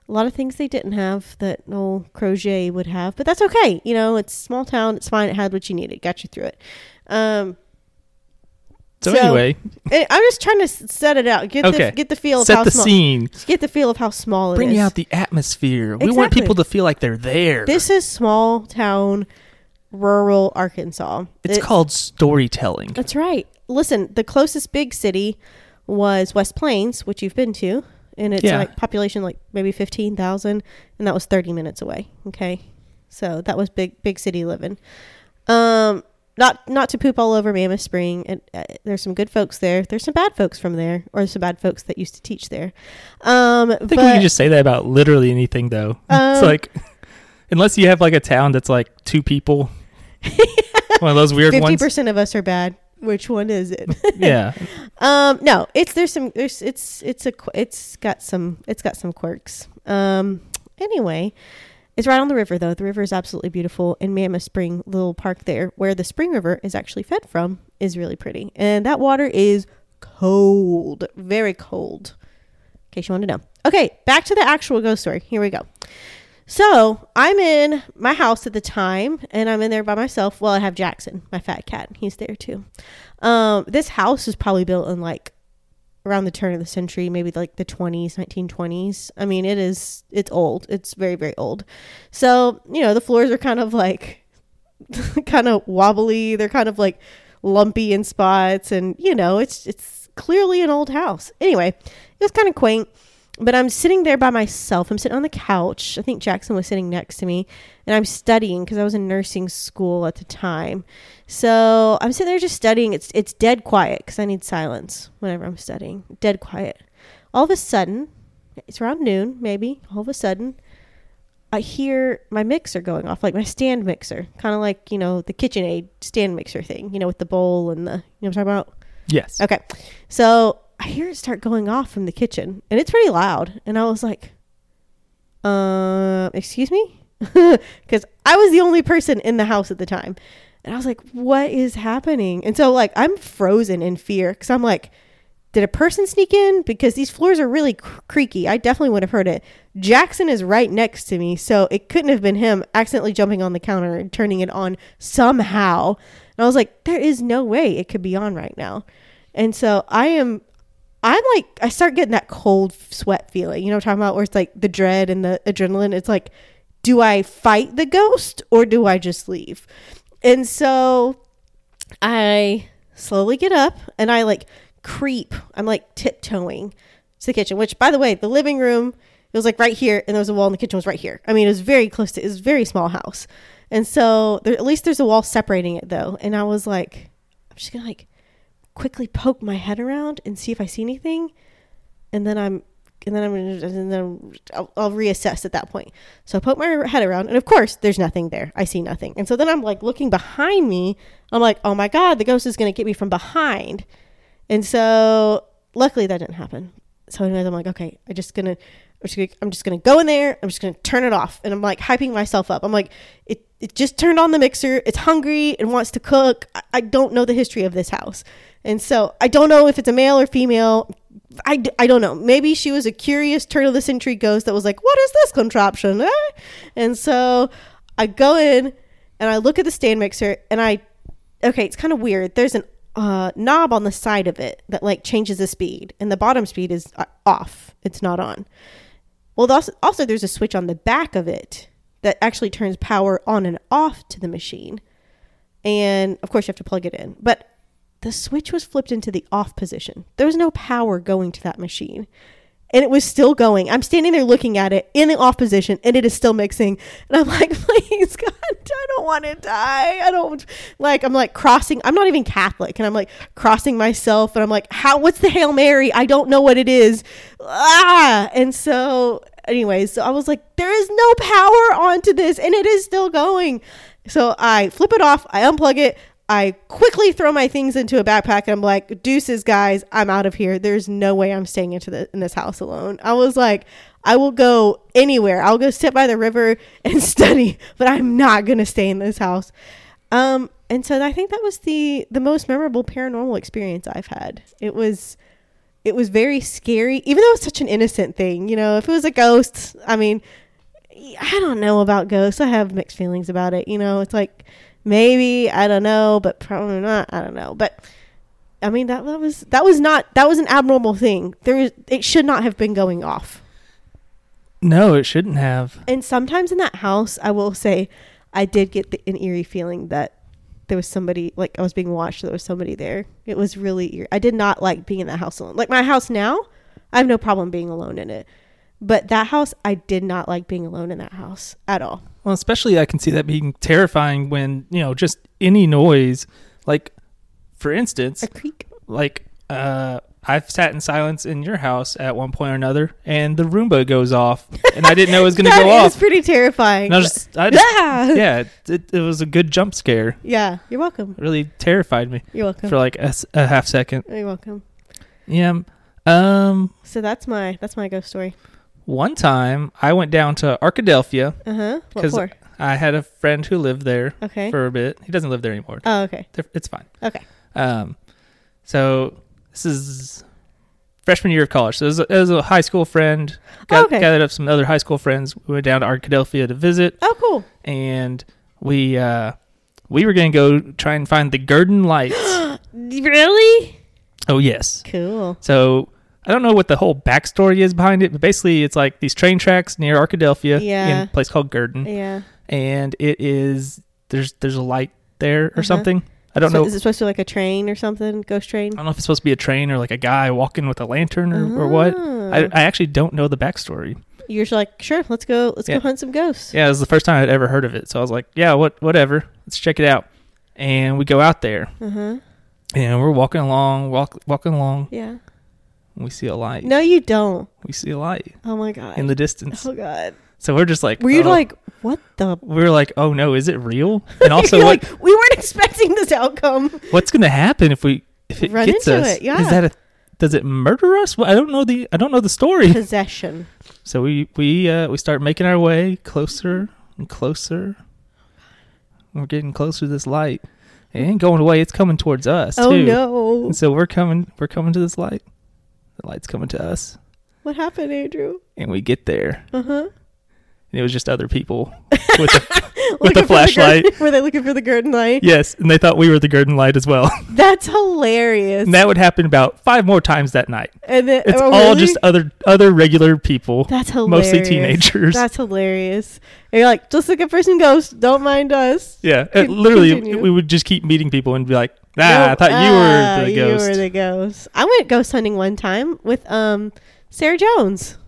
[SPEAKER 2] A lot of things they didn't have that Noel Crozier would have, but that's okay. You know, it's small town. It's fine. It had what you needed. Got you through it. Um,
[SPEAKER 1] So,
[SPEAKER 2] So-
[SPEAKER 1] anyway,
[SPEAKER 2] and I'm just trying to s- set it out. Get
[SPEAKER 1] Okay.
[SPEAKER 2] the get the feel of
[SPEAKER 1] set
[SPEAKER 2] how
[SPEAKER 1] the
[SPEAKER 2] small.
[SPEAKER 1] scene.
[SPEAKER 2] Get the feel of how small it is.
[SPEAKER 1] Bring out the atmosphere. We want
[SPEAKER 2] Exactly.
[SPEAKER 1] people to feel like they're there.
[SPEAKER 2] this is small town, rural Arkansas.
[SPEAKER 1] it's
[SPEAKER 2] It-
[SPEAKER 1] called storytelling.
[SPEAKER 2] That's right. Listen, the closest big city was West Plains, which you've been to, and it's
[SPEAKER 1] Yeah.
[SPEAKER 2] like population like maybe 15,000 and that was 30 minutes away, okay? So that was big big city living. Um not not to poop all over Mammoth Spring. And uh, there's some good folks there. There's some bad folks from there or some bad folks that used to teach there. Um
[SPEAKER 1] I think we can just say that about literally anything, though. it's
[SPEAKER 2] Um,
[SPEAKER 1] like, unless you have like a town that's like two people, one of those weird
[SPEAKER 2] Fifty
[SPEAKER 1] ones.
[SPEAKER 2] percent of us are bad. Which one is it?
[SPEAKER 1] Yeah,
[SPEAKER 2] Um, no, it's there's some there's it's it's a qu- it's got some it's got some quirks. Um, anyway, it's right on the river though. The river is absolutely beautiful, and Mammoth Spring little park there, where the Spring River is actually fed from, is really pretty, and that water is cold, very cold. In case you want to know. Okay, back to the actual ghost story. Here we go. So I'm in my house at the time, and I'm in there by myself. Well, I have Jackson, my fat cat. He's there too. Um, this house was probably built in like around the turn of the century, maybe like the 20s, 1920s. I mean, it is, it's old. It's very, very old. So, you know, the floors are kind of like, kind of wobbly. They're kind of like lumpy in spots. And, you know, it's, it's clearly an old house. Anyway, it was kind of quaint. But I'm sitting there by myself. I'm sitting on the couch. I think Jackson was sitting next to me, and I'm studying because I was in nursing school at the time. So I'm sitting there just studying. It's it's dead quiet because I need silence whenever I'm studying. Dead quiet. All of a sudden, it's around noon, maybe. All of a sudden, I hear my mixer going off, like my stand mixer, kind of like you know the KitchenAid stand mixer thing, you know, with the bowl and the you know what I'm talking about.
[SPEAKER 1] yes.
[SPEAKER 2] Okay. So I hear it start going off from the kitchen and it's pretty loud. And I was like, um, excuse me? Because I was the only person in the house at the time. And I was like, what is happening? And so, like, I'm frozen in fear because I'm like, did a person sneak in? Because these floors are really cr- creaky. I definitely would have heard it. Jackson is right next to me, so it couldn't have been him accidentally jumping on the counter and turning it on somehow. And I was like, there is no way it could be on right now. And so I am, I'm like, I start getting that cold sweat feeling, you know, what I'm talking about where it's like the dread and the adrenaline. It's like, do I fight the ghost or do I just leave? And so I slowly get up and I like creep. I'm like tiptoeing to the kitchen, which by the way, the living room it was like right here and there was a wall and the kitchen was right here. I mean, it was very close to it was a very small house. And so there at least there's a wall separating it though. And I was like, I'm just gonna like quickly poke my head around and see if I see anything. And then I'm and then I'm gonna and then I'll, I'll reassess at that point. So I poke my head around, and of course, there's nothing there. I see nothing, and so then I'm like looking behind me. I'm like, oh my god, the ghost is gonna get me from behind, and so luckily that didn't happen. So anyways, I'm like, okay, I'm just gonna. I'm just, gonna, I'm just gonna go in there. I'm just gonna turn it off, and I'm like hyping myself up. I'm like, it, it just turned on the mixer. It's hungry. It wants to cook. I, I don't know the history of this house, and so I don't know if it's a male or female. I, d- I don't know. Maybe she was a curious turn of the century ghost that was like, what is this contraption? Eh? And so I go in and I look at the stand mixer and I, okay, it's kind of weird. There's an uh, knob on the side of it that like changes the speed and the bottom speed is uh, off. It's not on. Well, th- also, also there's a switch on the back of it that actually turns power on and off to the machine. And of course you have to plug it in. But the switch was flipped into the off position. There was no power going to that machine. And it was still going. I'm standing there looking at it in the off position and it is still mixing. And I'm like, please, God, I don't want to die. I don't like, I'm like crossing, I'm not even Catholic. And I'm like crossing myself and I'm like, how, what's the Hail Mary? I don't know what it is. Ah. And so, anyways, so I was like, there is no power onto this and it is still going. So I flip it off, I unplug it, I quickly throw my things into a backpack and I'm like, deuces, guys, I'm out of here. There's no way I'm staying into the, in this house alone. I was like, I will go anywhere. I'll go sit by the river and study, but I'm not going to stay in this house. Um, and so I think that was the, the most memorable paranormal experience I've had. It was, it was very scary, even though it's such an innocent thing. You know, if it was a ghost, I mean, I don't know about ghosts. I have mixed feelings about it. You know, it's like maybe I don't know, but probably not. I don't know, but I mean that, that was that was not that was an abnormal thing. There was it should not have been going off.
[SPEAKER 1] No, it shouldn't have.
[SPEAKER 2] And sometimes in that house, I will say, I did get the, an eerie feeling that there was somebody like I was being watched. There was somebody there. It was really eerie. I did not like being in that house alone. Like my house now, I have no problem being alone in it. But that house, I did not like being alone in that house at all.
[SPEAKER 1] Well, especially I can see that being terrifying when, you know, just any noise, like for instance,
[SPEAKER 2] A creek.
[SPEAKER 1] like uh I've sat in silence in your house at one point or another and the Roomba goes off and I didn't know it was going to
[SPEAKER 2] That
[SPEAKER 1] go
[SPEAKER 2] is
[SPEAKER 1] off.
[SPEAKER 2] pretty terrifying.
[SPEAKER 1] And I was just, I just-
[SPEAKER 2] Ah!
[SPEAKER 1] yeah, it, it was a good jump scare.
[SPEAKER 2] Yeah, you're welcome.
[SPEAKER 1] It really terrified me
[SPEAKER 2] You're welcome.
[SPEAKER 1] for like a, s- a half second.
[SPEAKER 2] You're welcome.
[SPEAKER 1] Yeah. Um
[SPEAKER 2] So that's my that's my ghost story.
[SPEAKER 1] one time I went down to Arkadelphia.
[SPEAKER 2] Uh huh. What
[SPEAKER 1] 'Cause-
[SPEAKER 2] for?
[SPEAKER 1] I had a friend who lived there
[SPEAKER 2] Okay.
[SPEAKER 1] for a bit. He doesn't live there anymore.
[SPEAKER 2] oh, okay.
[SPEAKER 1] They're- It's fine.
[SPEAKER 2] Okay.
[SPEAKER 1] Um, so this is freshman year of college. So it was a, it was a high school friend. Got,
[SPEAKER 2] Okay.
[SPEAKER 1] Gathered up some other high school friends. We went down to Arkadelphia to visit,
[SPEAKER 2] Oh, cool.
[SPEAKER 1] and we uh, we were going to go try and find the Garden Lights.
[SPEAKER 2] Really?
[SPEAKER 1] oh yes.
[SPEAKER 2] Cool.
[SPEAKER 1] So I don't know what the whole backstory is behind it, but basically it's like these train tracks near Arkadelphia
[SPEAKER 2] Yeah.
[SPEAKER 1] in a place called Garden,
[SPEAKER 2] Yeah.
[SPEAKER 1] and it is there's there's a light there or
[SPEAKER 2] Uh-huh.
[SPEAKER 1] something. I don't
[SPEAKER 2] So
[SPEAKER 1] know.
[SPEAKER 2] Is it supposed to be like a train or something? Ghost train?
[SPEAKER 1] I don't know if it's supposed to be a train or like a guy walking with a lantern or, or what. I,
[SPEAKER 2] Uh-huh.
[SPEAKER 1] I actually don't know the backstory.
[SPEAKER 2] Ah. You're just like, sure, let's go, let's
[SPEAKER 1] Yeah.
[SPEAKER 2] go hunt some ghosts.
[SPEAKER 1] Yeah, it was the first time I'd ever heard of it, so I was like, "Yeah, what, whatever. Let's check it out." And we go out there,
[SPEAKER 2] Uh huh.
[SPEAKER 1] and we're walking along, walk, walking along.
[SPEAKER 2] Yeah.
[SPEAKER 1] And we see a light.
[SPEAKER 2] No, you don't.
[SPEAKER 1] We see a light
[SPEAKER 2] Oh my god.
[SPEAKER 1] in the distance.
[SPEAKER 2] oh god.
[SPEAKER 1] So we're just like,
[SPEAKER 2] Were you
[SPEAKER 1] oh.
[SPEAKER 2] like, what the?
[SPEAKER 1] we were like, "Oh no, is it real?" And also,
[SPEAKER 2] You're
[SPEAKER 1] what,
[SPEAKER 2] like, we weren't expecting this outcome.
[SPEAKER 1] what's going to happen if we if it
[SPEAKER 2] Run
[SPEAKER 1] gets
[SPEAKER 2] into
[SPEAKER 1] us?
[SPEAKER 2] it, yeah.
[SPEAKER 1] Is that a does it murder us? Well, I don't know the I don't know the story.
[SPEAKER 2] Possession.
[SPEAKER 1] So we we uh, we start making our way closer and closer. We're getting closer to this light. It ain't going away. It's coming towards us
[SPEAKER 2] Oh
[SPEAKER 1] too.
[SPEAKER 2] no.
[SPEAKER 1] And so we're coming. We're coming to this light. The light's coming to us,
[SPEAKER 2] What happened, Andrew?
[SPEAKER 1] and we get there,
[SPEAKER 2] Uh huh.
[SPEAKER 1] and it was just other people with the, With a
[SPEAKER 2] Looking for the
[SPEAKER 1] flashlight.
[SPEAKER 2] Gurd- were they looking for the Gurdon light?
[SPEAKER 1] Yes, and they thought we were the Gurdon Light as well.
[SPEAKER 2] That's hilarious.
[SPEAKER 1] and that would happen about five more times that night.
[SPEAKER 2] and then,
[SPEAKER 1] It's
[SPEAKER 2] oh,
[SPEAKER 1] all
[SPEAKER 2] really?
[SPEAKER 1] just other other regular people,
[SPEAKER 2] that's hilarious.
[SPEAKER 1] mostly teenagers.
[SPEAKER 2] That's hilarious. And you're like, just look at person ghosts. Don't mind us.
[SPEAKER 1] yeah,
[SPEAKER 2] Con-
[SPEAKER 1] it- literally,
[SPEAKER 2] continue.
[SPEAKER 1] we would just keep meeting people and be like, "Ah, I
[SPEAKER 2] Nope.
[SPEAKER 1] thought you
[SPEAKER 2] Ah,
[SPEAKER 1] were the ghost."
[SPEAKER 2] You were the ghost. I went ghost hunting one time with um Sarah Jones.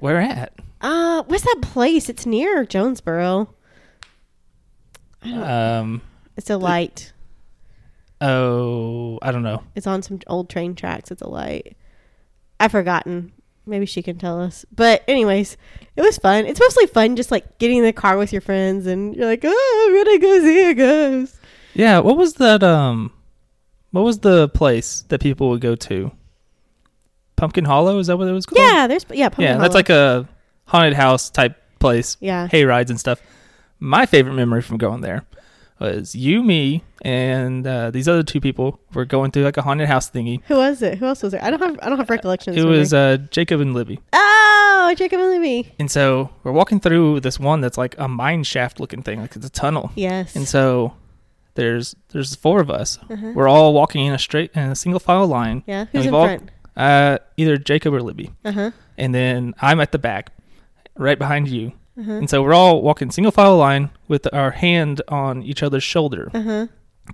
[SPEAKER 1] Where at?
[SPEAKER 2] Uh, what's that place? It's near Jonesboro. I don't.
[SPEAKER 1] Um.
[SPEAKER 2] it's a light.
[SPEAKER 1] Oh, I don't know.
[SPEAKER 2] It's on some old train tracks. It's a light. I've forgotten. Maybe she can tell us. But anyways, it was fun. It's mostly fun just like getting in the car with your friends and you're like, oh, I'm gonna go see a ghost.
[SPEAKER 1] Yeah, what was that? Um, what was the place that people would go to? Pumpkin Hollow is that what it was called?
[SPEAKER 2] Yeah, there's yeah, Pumpkin
[SPEAKER 1] yeah, that's
[SPEAKER 2] Hollow.
[SPEAKER 1] like a haunted house type place.
[SPEAKER 2] yeah.
[SPEAKER 1] hay rides and stuff. My favorite memory from going there was you, me, and uh, these other two people were going through like a haunted house thingy.
[SPEAKER 2] Who was it? Who else was there? I don't have I don't have recollections.
[SPEAKER 1] It was uh, Jacob and Libby,
[SPEAKER 2] oh Jacob and Libby.
[SPEAKER 1] and so we're walking through this one that's like a mine shaft looking thing, like it's a tunnel.
[SPEAKER 2] Yes.
[SPEAKER 1] And so there's there's four of us.
[SPEAKER 2] Uh-huh.
[SPEAKER 1] We're all walking in a straight in a single file line.
[SPEAKER 2] Yeah.
[SPEAKER 1] And
[SPEAKER 2] Who's in
[SPEAKER 1] we've all-
[SPEAKER 2] front?
[SPEAKER 1] Uh, either Jacob or Libby,
[SPEAKER 2] Uh huh.
[SPEAKER 1] and then I'm at the back, right behind you.
[SPEAKER 2] Uh huh.
[SPEAKER 1] And so we're all walking single file line with our hand on each other's shoulder.
[SPEAKER 2] Uh huh.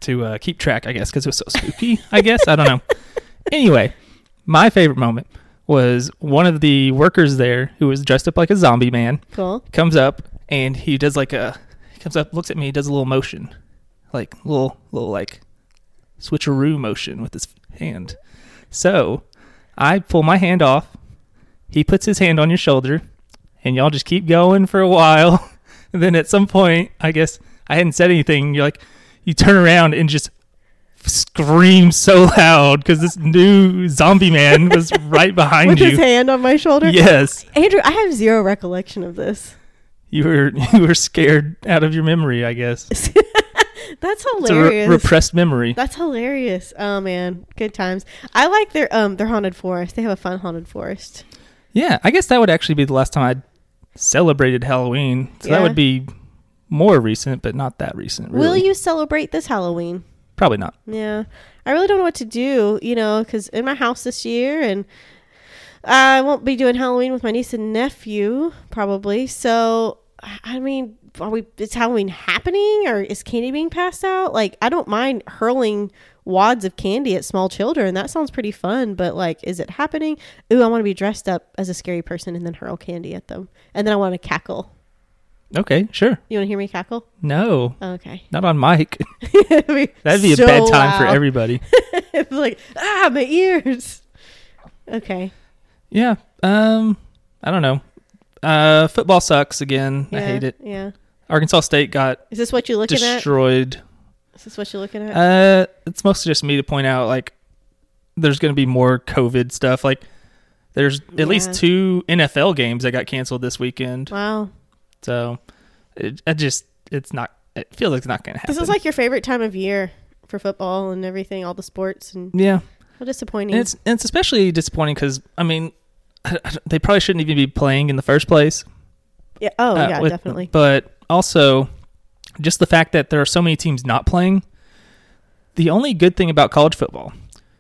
[SPEAKER 1] to uh, keep track, I guess, because it was so spooky. I guess I don't know. Anyway, my favorite moment was one of the workers there who was dressed up like a zombie man
[SPEAKER 2] Cool.
[SPEAKER 1] comes up and he does like a he comes up, looks at me, does a little motion, like little little like switcheroo motion with his hand. So I pull my hand off. He puts his hand on your shoulder, and y'all just keep going for a while. And then at some point, I guess I hadn't said anything. You're like, you turn around and just scream so loud because this new zombie man was right behind
[SPEAKER 2] With
[SPEAKER 1] you.
[SPEAKER 2] his hand on my shoulder.
[SPEAKER 1] Yes,
[SPEAKER 2] Andrew, I have zero recollection of this.
[SPEAKER 1] you were you were scared out of your memory. I guess
[SPEAKER 2] That's
[SPEAKER 1] it's a re-
[SPEAKER 2] hilarious.
[SPEAKER 1] repressed memory.
[SPEAKER 2] That's hilarious. Oh man, good times. I like their um their haunted forest. They have a fun haunted forest.
[SPEAKER 1] Yeah, I guess that would actually be the last time I celebrated Halloween. So
[SPEAKER 2] Yeah.
[SPEAKER 1] that would be more recent, but not that recent. Really.
[SPEAKER 2] Will you celebrate this Halloween?
[SPEAKER 1] Probably not.
[SPEAKER 2] Yeah. I really don't know what to do, you know, cuz in my house this year and I won't be doing Halloween with my niece and nephew probably. So I- I mean, are we is Halloween happening or is candy being passed out? Like I don't mind hurling wads of candy at small children. That sounds pretty fun, but like is it happening? Ooh, I want to be dressed up as a scary person and then hurl candy at them. And then I want to cackle.
[SPEAKER 1] Okay, sure.
[SPEAKER 2] You want to hear me cackle?
[SPEAKER 1] No,
[SPEAKER 2] Okay.
[SPEAKER 1] not on mic.
[SPEAKER 2] That'd be,
[SPEAKER 1] That'd be a
[SPEAKER 2] so
[SPEAKER 1] bad time for
[SPEAKER 2] loud.
[SPEAKER 1] everybody.
[SPEAKER 2] it's like ah my ears okay
[SPEAKER 1] yeah. Um, I don't know. Uh, football sucks again. I
[SPEAKER 2] Yeah,
[SPEAKER 1] hate it.
[SPEAKER 2] yeah
[SPEAKER 1] Arkansas State got
[SPEAKER 2] is this what you're looking
[SPEAKER 1] destroyed.
[SPEAKER 2] at is this what you're looking at
[SPEAKER 1] Uh, it's mostly just me to point out like there's going to be more COVID stuff. Like there's at
[SPEAKER 2] Yeah.
[SPEAKER 1] least two NFL games that got canceled this weekend.
[SPEAKER 2] wow
[SPEAKER 1] So it, I just, it's not, it feels like it's not going to happen.
[SPEAKER 2] this is like your favorite time of year for football and everything all the sports and
[SPEAKER 1] yeah.
[SPEAKER 2] how disappointing
[SPEAKER 1] And it's, and it's especially disappointing because, I mean, I- I don't- they probably shouldn't even be playing in the first place.
[SPEAKER 2] yeah oh
[SPEAKER 1] uh,
[SPEAKER 2] yeah
[SPEAKER 1] with-
[SPEAKER 2] definitely
[SPEAKER 1] But also, just the fact that there are so many teams not playing. The only good thing about college football,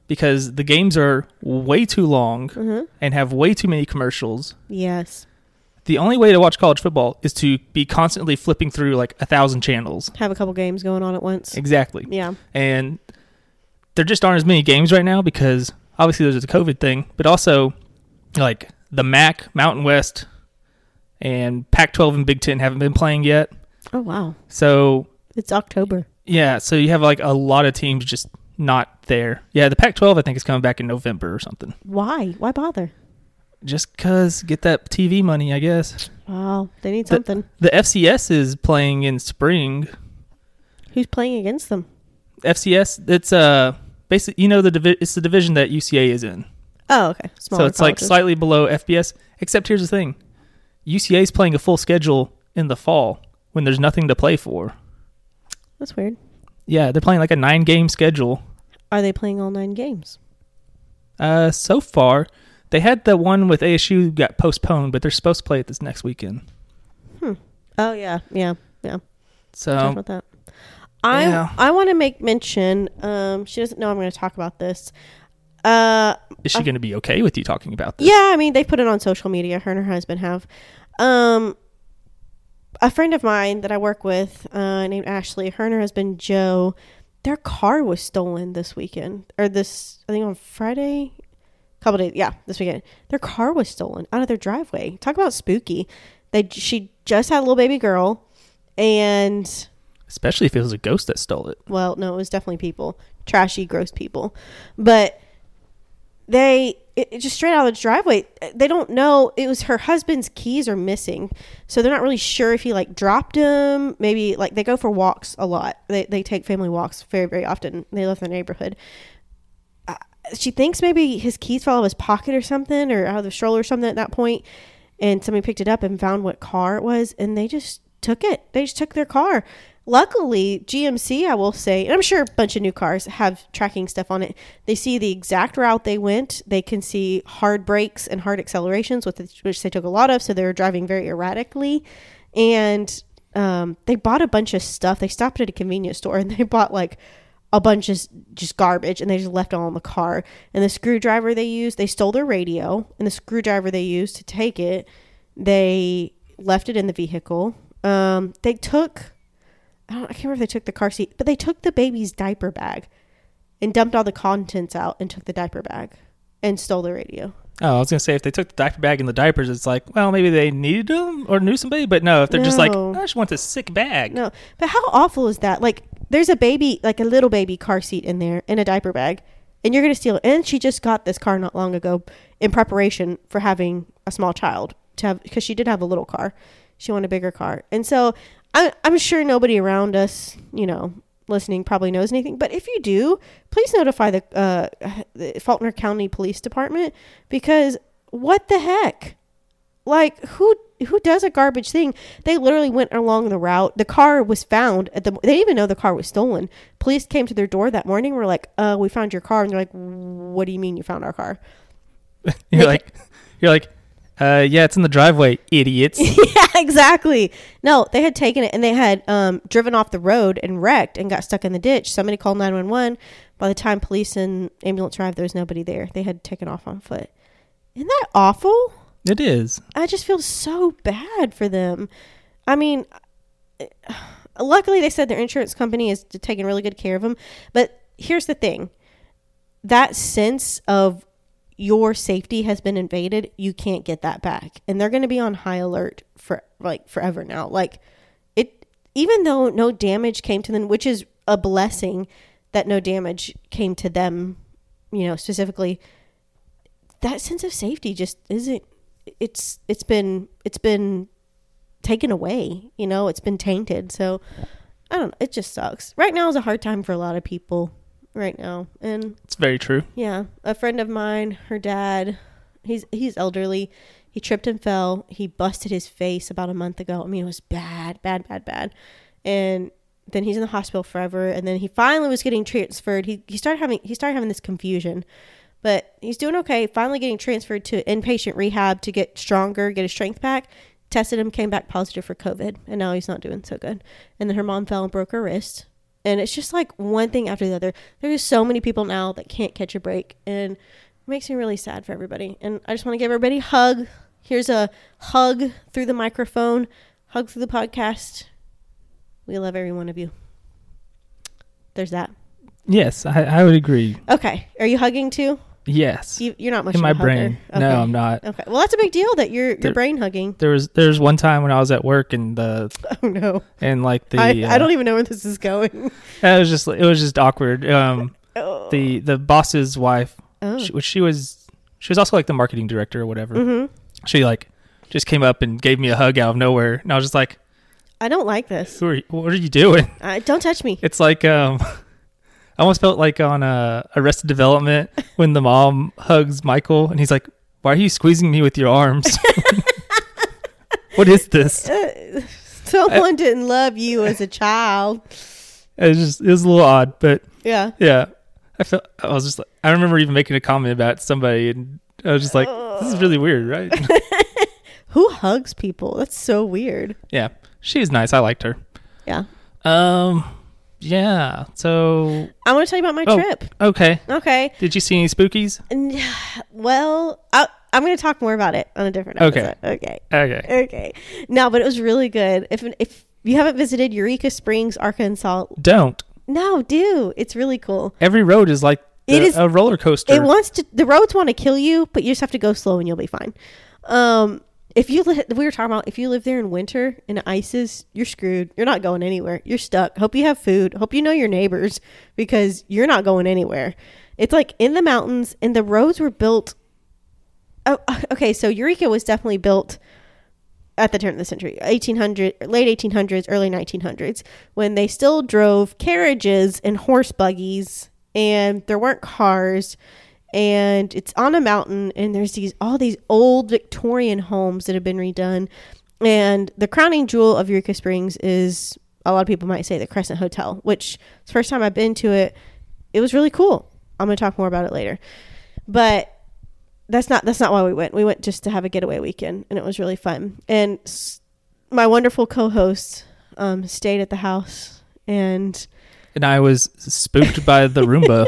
[SPEAKER 1] because the games are way too long
[SPEAKER 2] hmm
[SPEAKER 1] and have way too many commercials.
[SPEAKER 2] yes
[SPEAKER 1] The only way to watch college football is to be constantly flipping through like a thousand channels.
[SPEAKER 2] have a couple games going on at once
[SPEAKER 1] Exactly.
[SPEAKER 2] yeah
[SPEAKER 1] and there just aren't as many games right now because obviously there's a COVID thing, but also like the MAC, Mountain West, and Pac-12 and Big Ten haven't been playing yet.
[SPEAKER 2] oh wow
[SPEAKER 1] So
[SPEAKER 2] it's october
[SPEAKER 1] yeah, so you have like a lot of teams just not there. Yeah, the Pac-12 I think is coming back in November or something.
[SPEAKER 2] why why bother
[SPEAKER 1] Just cause get that TV money, I guess.
[SPEAKER 2] wow they need
[SPEAKER 1] The-
[SPEAKER 2] something
[SPEAKER 1] The FCS is playing in spring.
[SPEAKER 2] who's playing against them
[SPEAKER 1] FCS, it's uh basically you know the divi- it's the division that UCA is in.
[SPEAKER 2] oh okay
[SPEAKER 1] so
[SPEAKER 2] Smaller
[SPEAKER 1] it's like
[SPEAKER 2] colleges.
[SPEAKER 1] slightly below FBS. Except here's the thing: UCA is playing a full schedule in the fall when there's nothing to play for.
[SPEAKER 2] that's weird
[SPEAKER 1] Yeah, they're playing like a nine game schedule.
[SPEAKER 2] are they playing all nine games
[SPEAKER 1] Uh, so far, they had the one with ASU got postponed, but they're supposed to play it this next weekend.
[SPEAKER 2] oh yeah yeah yeah Talk
[SPEAKER 1] So
[SPEAKER 2] about that. I
[SPEAKER 1] Yeah.
[SPEAKER 2] I want to make mention. Um, she doesn't know I'm going to talk about this. Uh,
[SPEAKER 1] is she going to be okay with you talking about this?
[SPEAKER 2] yeah, I mean they put it on social media. Her and her husband have. Um, a friend of mine that I work with, uh, named Ashley. Her and her husband Joe, their car was stolen this weekend or this I think on Friday, couple days. Yeah, this weekend their car was stolen out of their driveway. Talk about spooky. They she just had a little baby girl, and
[SPEAKER 1] Especially if it was a ghost that stole it.
[SPEAKER 2] well, no, it was definitely people, trashy, gross people. But they it, it just straight out of the driveway. They don't know it was her husband's keys are missing, so they're not really sure if he like dropped them. Maybe like they go for walks a lot. They they take family walks very very often. They live in the neighborhood. Uh, She thinks maybe his keys fell out of his pocket or something, or out of the stroller or something at that point, and somebody picked it up and found what car it was, and they just took it. They just took their car. Luckily, GMC, I will say, and I'm sure a bunch of new cars have tracking stuff on it. They see the exact route they went. They can see hard brakes and hard accelerations, with which they took a lot of, so they were driving very erratically. And um, they bought a bunch of stuff. They stopped at a convenience store and they bought like a bunch of just garbage and they just left it all in the car. And the screwdriver they used, they stole their radio and the screwdriver they used to take it, they left it in the vehicle. Um, they took, I, don't, I can't remember if they took the car seat, but they took the baby's diaper bag and dumped all the contents out and took the diaper bag and stole the radio.
[SPEAKER 1] Oh, I was going to say if they took the diaper bag and the diapers, it's like, well, maybe they needed them or knew somebody. But no, if they're just like,
[SPEAKER 2] No.
[SPEAKER 1] I just want this sick bag.
[SPEAKER 2] No, but how awful is that? Like, there's a baby, like a little baby car seat in there in a diaper bag, and you're gonna steal it. And she just got this car not long ago in preparation for having a small child to have because she did have a little car. She wanted a bigger car, and so I, I'm sure nobody around us, you know, listening probably knows anything. But if you do, please notify the, uh, the Faulkner County Police Department because what the heck? like who who does a garbage thing they literally went along the route the car was found at the they didn't even know the car was stolen police came to their door that morning were like uh we found your car and they're like what do you mean you found our car
[SPEAKER 1] You're
[SPEAKER 2] They
[SPEAKER 1] like, you're like, uh, yeah, it's in the driveway, idiots.
[SPEAKER 2] yeah exactly no they had taken it and they had um driven off the road and wrecked and got stuck in the ditch somebody called 911 by the time police and ambulance arrived there was nobody there they had taken off on foot isn't that awful
[SPEAKER 1] it is.
[SPEAKER 2] I just feel so bad for them. I mean, luckily they said their insurance company is taking really good care of them. But here's the thing that sense of your safety has been invaded, you can't get that back. And they're going to be on high alert for like forever now. Like, it, even though no damage came to them, which is a blessing that no damage came to them, you know, specifically, that sense of safety just isn't it's it's been it's been taken away you know it's been tainted so i don't know it just sucks right now is a hard time for a lot of people right now and
[SPEAKER 1] It's very true.
[SPEAKER 2] yeah a friend of mine her dad he's he's elderly he tripped and fell he busted his face about a month ago i mean it was bad bad bad bad and then he's in the hospital forever and then he finally was getting transferred he, he started having he started having this confusion but he's doing okay. Finally getting transferred to inpatient rehab to get stronger, get his strength back. Tested him, came back positive for COVID, and now he's not doing so good. And then her mom fell and broke her wrist. And it's just like one thing after the other. There's so many people now that can't catch a break, and it makes me really sad for everybody. And I just want to give everybody a hug. Here's a hug through the microphone, hug through the podcast. We love every one of you. There's that.
[SPEAKER 1] Yes, I, I would agree.
[SPEAKER 2] Okay, are you hugging too?
[SPEAKER 1] Yes.
[SPEAKER 2] You, you're not much
[SPEAKER 1] in
[SPEAKER 2] of
[SPEAKER 1] my
[SPEAKER 2] a hugger.
[SPEAKER 1] brain.
[SPEAKER 2] Okay.
[SPEAKER 1] No, I'm not.
[SPEAKER 2] Okay. Well, that's a big deal that you're you're
[SPEAKER 1] There-
[SPEAKER 2] brain hugging.
[SPEAKER 1] There was there was one time when I was at work and the
[SPEAKER 2] Oh no.
[SPEAKER 1] and like the
[SPEAKER 2] I,
[SPEAKER 1] uh,
[SPEAKER 2] I don't e even know where this is going.
[SPEAKER 1] It was just it was just awkward. Um,
[SPEAKER 2] Oh.
[SPEAKER 1] the the boss's wife,
[SPEAKER 2] Oh.
[SPEAKER 1] she, which she was she was also like the marketing director or whatever.
[SPEAKER 2] Mhm.
[SPEAKER 1] She like just came up and gave me a hug out of nowhere, and I was just like,
[SPEAKER 2] I don't like this.
[SPEAKER 1] "Who are you, what are you doing?"
[SPEAKER 2] I, don't touch me.
[SPEAKER 1] It's like um, I almost felt like on uh, Arrested Development when the mom hugs Michael, and he's like, "Why are you squeezing me with your arms? what is this?"
[SPEAKER 2] Uh, someone didn't love you as a child.
[SPEAKER 1] It was just it was a little odd, but
[SPEAKER 2] Yeah.
[SPEAKER 1] Yeah. I felt I was just like I remember even making a comment about somebody and I was just like, This is really weird, right?
[SPEAKER 2] Who hugs people? That's so weird.
[SPEAKER 1] yeah. She's nice. I liked her.
[SPEAKER 2] Yeah.
[SPEAKER 1] Um, yeah. So
[SPEAKER 2] I'm going to tell you about my
[SPEAKER 1] Oh.
[SPEAKER 2] trip.
[SPEAKER 1] okay,
[SPEAKER 2] Okay.
[SPEAKER 1] did you see any spookies?
[SPEAKER 2] And, well, I, I'm going to talk more about it on a different
[SPEAKER 1] Okay.
[SPEAKER 2] episode. Okay.
[SPEAKER 1] Okay.
[SPEAKER 2] Okay. No, but it was really good. If if you haven't visited Eureka Springs, Arkansas,
[SPEAKER 1] Don't.
[SPEAKER 2] no, do. It's really cool.
[SPEAKER 1] Every road is like
[SPEAKER 2] It
[SPEAKER 1] the-
[SPEAKER 2] is-
[SPEAKER 1] a roller coaster.
[SPEAKER 2] It wants to. The roads want to kill you, but you just have to go slow and you'll be fine. Um, if you li- we were talking about if you live there in winter and it ices, you're screwed. You're not going anywhere. You're stuck. Hope you have food. Hope you know your neighbors because you're not going anywhere. It's like in the mountains, and the roads were built. Oh, okay. So Eureka was definitely built at the turn of the century, 1800, late 1800s, early 1900s, when they still drove carriages and horse buggies, and there weren't cars, and it's on a mountain, and there's these all these old Victorian homes that have been redone, and the crowning jewel of Eureka Springs is a lot of people might say the Crescent Hotel, which it's the first time I've been to it, it was really cool. I'm gonna talk more about it later, but that's not that's not why we went. We went just to have a getaway weekend, and it was really fun. And s- my wonderful co-host um, stayed at the house, and
[SPEAKER 1] and I was spooked by the Roomba.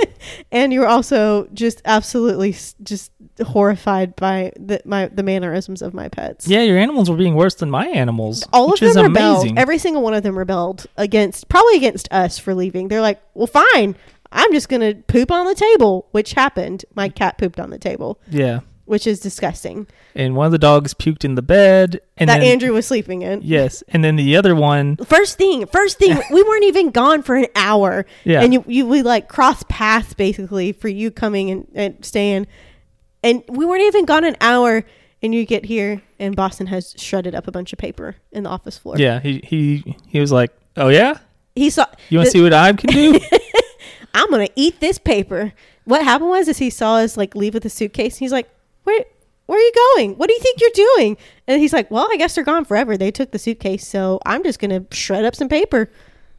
[SPEAKER 2] and you were also just absolutely s- just horrified by the my the mannerisms of my pets.
[SPEAKER 1] yeah, your animals were being worse than my animals.
[SPEAKER 2] All
[SPEAKER 1] which
[SPEAKER 2] of
[SPEAKER 1] is
[SPEAKER 2] them
[SPEAKER 1] amazing.
[SPEAKER 2] rebelled. Every single one of them rebelled against, probably against us for leaving. They're like, "Well, fine, I'm just gonna poop on the table," which happened. My cat pooped on the table,
[SPEAKER 1] yeah.
[SPEAKER 2] which is disgusting.
[SPEAKER 1] And one of the dogs puked in the bed. And
[SPEAKER 2] that
[SPEAKER 1] then,
[SPEAKER 2] Andrew was sleeping in.
[SPEAKER 1] Yes. And then the other one
[SPEAKER 2] First thing, first thing, we weren't even gone for an hour.
[SPEAKER 1] Yeah.
[SPEAKER 2] And you, you we like crossed paths basically for you coming and, and staying. And we weren't even gone an hour and you get here and Boston has shredded up a bunch of paper in the office floor.
[SPEAKER 1] Yeah, he he he was like, "Oh yeah,
[SPEAKER 2] He saw
[SPEAKER 1] you want
[SPEAKER 2] the-
[SPEAKER 1] to see what I can do?"
[SPEAKER 2] I'm gonna eat this paper. What happened was is he saw us like leave with a suitcase. He's like, where where are you going? What do you think you're doing? And he's like, well, I guess they're gone forever. They took the suitcase, so I'm just gonna shred up some paper.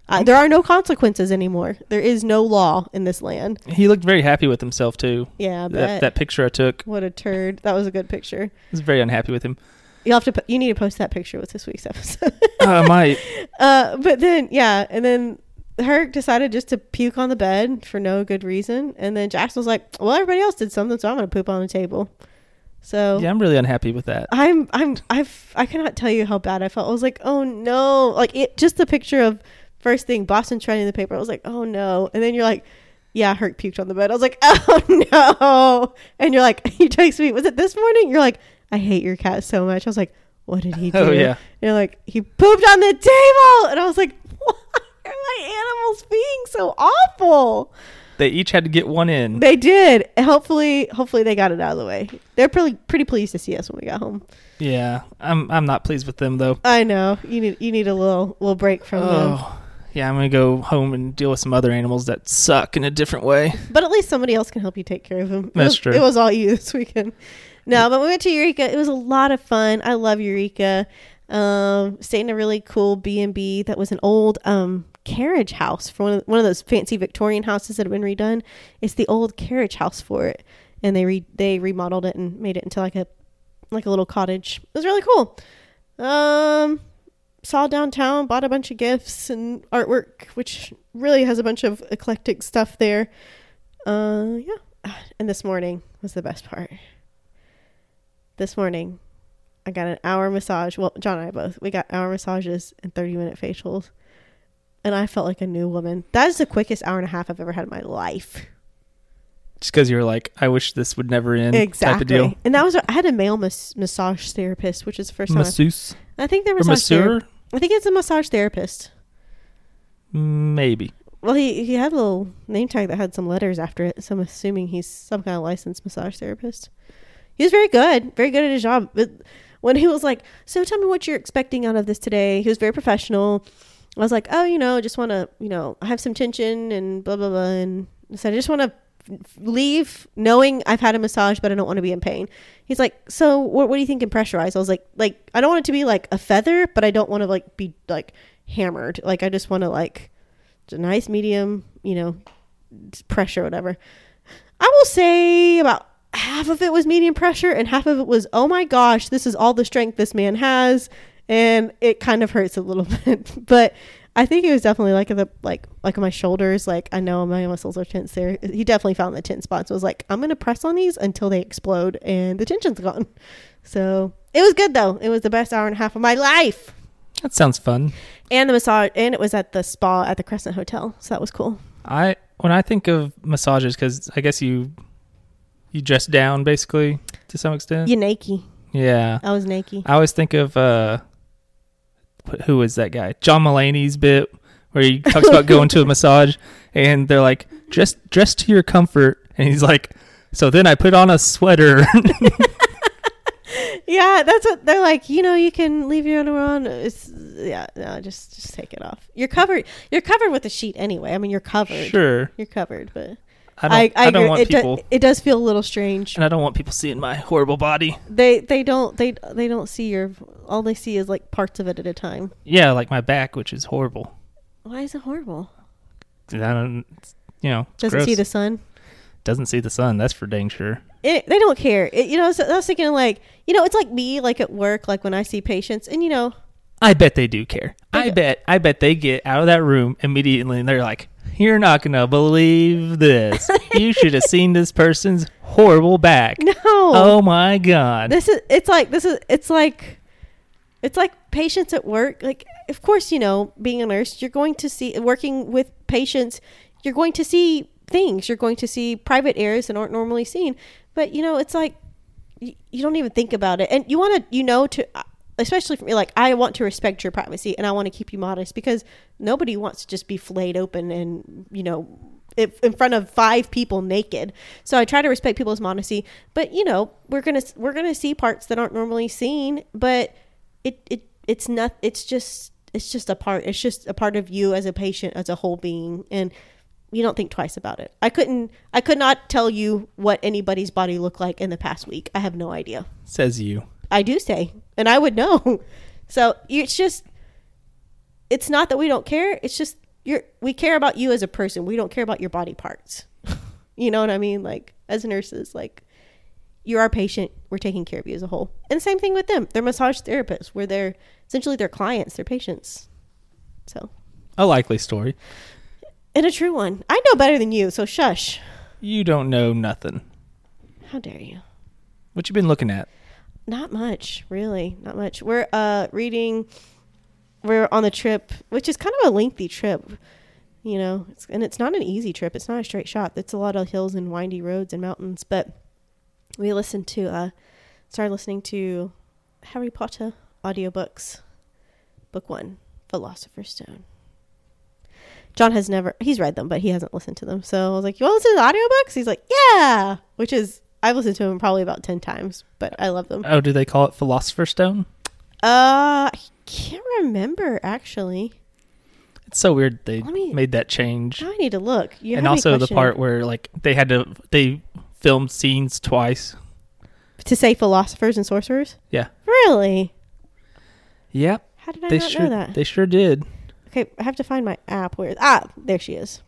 [SPEAKER 2] Uh, there are no consequences anymore. There is no law in this land.
[SPEAKER 1] he looked very happy with himself too.
[SPEAKER 2] Yeah, I bet.
[SPEAKER 1] That, that picture I took, I
[SPEAKER 2] what a turd. That was a good picture.
[SPEAKER 1] was very unhappy with him.
[SPEAKER 2] You'll have to. Po- you need to post that picture with this week's episode.
[SPEAKER 1] Uh, my
[SPEAKER 2] uh, but then yeah, and then Herc decided just to puke on the bed for no good reason, and then Jackson was like, "Well, everybody else did something, so I'm gonna poop on the table." So
[SPEAKER 1] yeah, I'm really unhappy with that.
[SPEAKER 2] I'm I'm I've I cannot tell you how bad I felt. I was like, "Oh no!" Like it just the picture of first thing Boston shredding the paper. I was like, "Oh no!" And then you're like. Yeah, Herc puked on the bed. I was like, "Oh no!" And you're like, "You text me. Was it this morning?" You're like, "I hate your cat so much." I was like, "What did he do?"
[SPEAKER 1] Oh yeah,
[SPEAKER 2] And You're like, he pooped on the table. And I was like, why are my animals being so awful?
[SPEAKER 1] they each had to get one in.
[SPEAKER 2] They did. Hopefully, hopefully they got it out of the way. They're pretty pretty pleased to see us when we got home.
[SPEAKER 1] Yeah, I'm I'm not pleased with them though.
[SPEAKER 2] I know. You need you need a little little break from them.
[SPEAKER 1] Oh, yeah, I'm gonna go home and deal with some other animals that suck in a different way.
[SPEAKER 2] But at least somebody else can help you take care of them.
[SPEAKER 1] That's
[SPEAKER 2] it was,
[SPEAKER 1] true.
[SPEAKER 2] It was all you this weekend. No, but we went to Eureka. It was a lot of fun. I love Eureka. Um, stayed in a really cool B and B that was an old um carriage house for one of, one of those fancy Victorian houses that have been redone. It's the old carriage house for it, and they re- they remodeled it and made it into like a like a little cottage. It was really cool. Um, saw downtown, bought a bunch of gifts and artwork, which really has a bunch of eclectic stuff there. Uh, yeah. And this morning was the best part. This morning, I got an hour massage. Well, John and I both. We got hour massages and 30 minute facials. And I felt like a new woman. That is the quickest hour and a half I've ever had in my life.
[SPEAKER 1] Just because you're like, I wish this would never end. Type
[SPEAKER 2] Exactly.
[SPEAKER 1] of deal.
[SPEAKER 2] And that was, I had a male mas- massage therapist, which is the first time. I've-
[SPEAKER 1] Masseuse
[SPEAKER 2] I think they're
[SPEAKER 1] or
[SPEAKER 2] massage therapist.
[SPEAKER 1] masseur,
[SPEAKER 2] I think it's a massage therapist.
[SPEAKER 1] maybe.
[SPEAKER 2] Well, he he had a little name tag that had some letters after it, so I'm assuming he's some kind of licensed massage therapist. He was very good, very good at his job. But when he was like, "So tell me what you're expecting out of this today," he was very professional. I was like, "Oh, you know, just want to, you know, I have some tension and blah blah blah," and so I just want to leave knowing I've had a massage, but I don't want to be in pain. He's like, "So what? What do you think in pressurized?" I was like, "Like I don't want it to be like a feather, but I don't want to like be like hammered. Like I just want to like." It's a nice medium, you know, pressure, whatever. I will say about half of it was medium pressure and half of it was, oh my gosh, this is all the strength this man has. And it kind of hurts a little bit. But I think he was definitely like at the like like on my shoulders. Like I know my muscles are tense there. He definitely found the tense spots. Was like I'm gonna press on these until they explode and the tension's gone. So it was good though. It was the best hour and a half of my life.
[SPEAKER 1] That sounds fun.
[SPEAKER 2] And the massage, and it was at the spa at the Crescent Hotel, so that was cool.
[SPEAKER 1] I when I think of massages, because I guess you you dress down basically to some extent.
[SPEAKER 2] You naked.
[SPEAKER 1] Yeah.
[SPEAKER 2] I was naked.
[SPEAKER 1] I always think of uh, wh- who was that guy? John Mulaney's bit where he talks about going to a massage, and they're like, "Dress, dress to your comfort," and he's like, "So then I put on a sweater."
[SPEAKER 2] Yeah, that's what they're like. You know, you can leave your underwear on. It's yeah, no, just just take it off. You're covered. You're covered with a sheet anyway. I mean, you're covered.
[SPEAKER 1] sure.
[SPEAKER 2] You're covered, but
[SPEAKER 1] I don't. I, don't
[SPEAKER 2] agree.
[SPEAKER 1] want
[SPEAKER 2] it do-
[SPEAKER 1] people,
[SPEAKER 2] it does feel a little strange.
[SPEAKER 1] and I don't want people seeing my horrible body.
[SPEAKER 2] They they don't they they don't see your all they see is like parts of it at a time.
[SPEAKER 1] Yeah, like my back, which is horrible.
[SPEAKER 2] Why is it horrible?
[SPEAKER 1] I don't. it's- You know, it's
[SPEAKER 2] Doesn't
[SPEAKER 1] gross.
[SPEAKER 2] see the sun.
[SPEAKER 1] Doesn't see the sun. That's for dang sure.
[SPEAKER 2] It, they don't care. It, you know, I was, I was thinking like you know, it's like me like at work like when I see patients and you know
[SPEAKER 1] I bet they do care. I
[SPEAKER 2] do.
[SPEAKER 1] bet I bet they get out of that room immediately and they're like, You're not gonna believe this. you should have seen this person's horrible back.
[SPEAKER 2] no
[SPEAKER 1] Oh my god.
[SPEAKER 2] this is it's like this is it's like it's like patients at work like of course you know being a nurse you're going to see working with patients you're going to see things you're going to see private areas that aren't normally seen but you know it's like you, you don't even think about it and you want to you know to uh, especially for me like i want to respect your privacy and i want to keep you modest because nobody wants to just be flayed open and you know if, in front of five people naked so i try to respect people's modesty but you know we're gonna we're gonna see parts that aren't normally seen but it it it's not it's just it's just a part it's just a part of you as a patient as a whole being and you don't think twice about it i couldn't i could not tell you what anybody's body looked like in the past week i have no idea
[SPEAKER 1] Says you.
[SPEAKER 2] I do say, and I would know. So it's just, it's not that we don't care. It's just you're we care about you as a person. We don't care about your body parts. you know what I mean? Like as nurses, like you're our patient. We're taking care of you as a whole. And same thing with them. They're massage therapists. We're their essentially their clients, their patients. So
[SPEAKER 1] A likely story.
[SPEAKER 2] and a true one. I know better than you. So shush.
[SPEAKER 1] You don't know nothing.
[SPEAKER 2] How dare you?
[SPEAKER 1] What you been looking at?
[SPEAKER 2] Not much, really. Not much. We're uh reading we're on the trip, which is kind of a lengthy trip, you know. It's, and it's not an easy trip. It's not a straight shot. It's a lot of hills and windy roads and mountains, but we listened to uh started listening to Harry Potter audiobooks. Book 1, Philosopher's Stone. John has never he's read them, but he hasn't listened to them. So I was like, You want to listen to the audiobooks? He's like, Yeah which is I've listened to them probably about ten times, but I love them.
[SPEAKER 1] Oh, do they call it Philosopher's Stone?
[SPEAKER 2] Uh, I can't remember actually.
[SPEAKER 1] It's so weird they
[SPEAKER 2] Let me-
[SPEAKER 1] made that change.
[SPEAKER 2] Now I need to look. You
[SPEAKER 1] And
[SPEAKER 2] have me
[SPEAKER 1] also the
[SPEAKER 2] questioning.
[SPEAKER 1] part where like they had to they filmed scenes twice.
[SPEAKER 2] to say philosophers and sorcerers.
[SPEAKER 1] Yeah.
[SPEAKER 2] Really?
[SPEAKER 1] Yep.
[SPEAKER 2] How did I
[SPEAKER 1] They
[SPEAKER 2] not
[SPEAKER 1] sure
[SPEAKER 2] know that?
[SPEAKER 1] they sure did.
[SPEAKER 2] okay, I have to find my app. Where? Ah, there she is.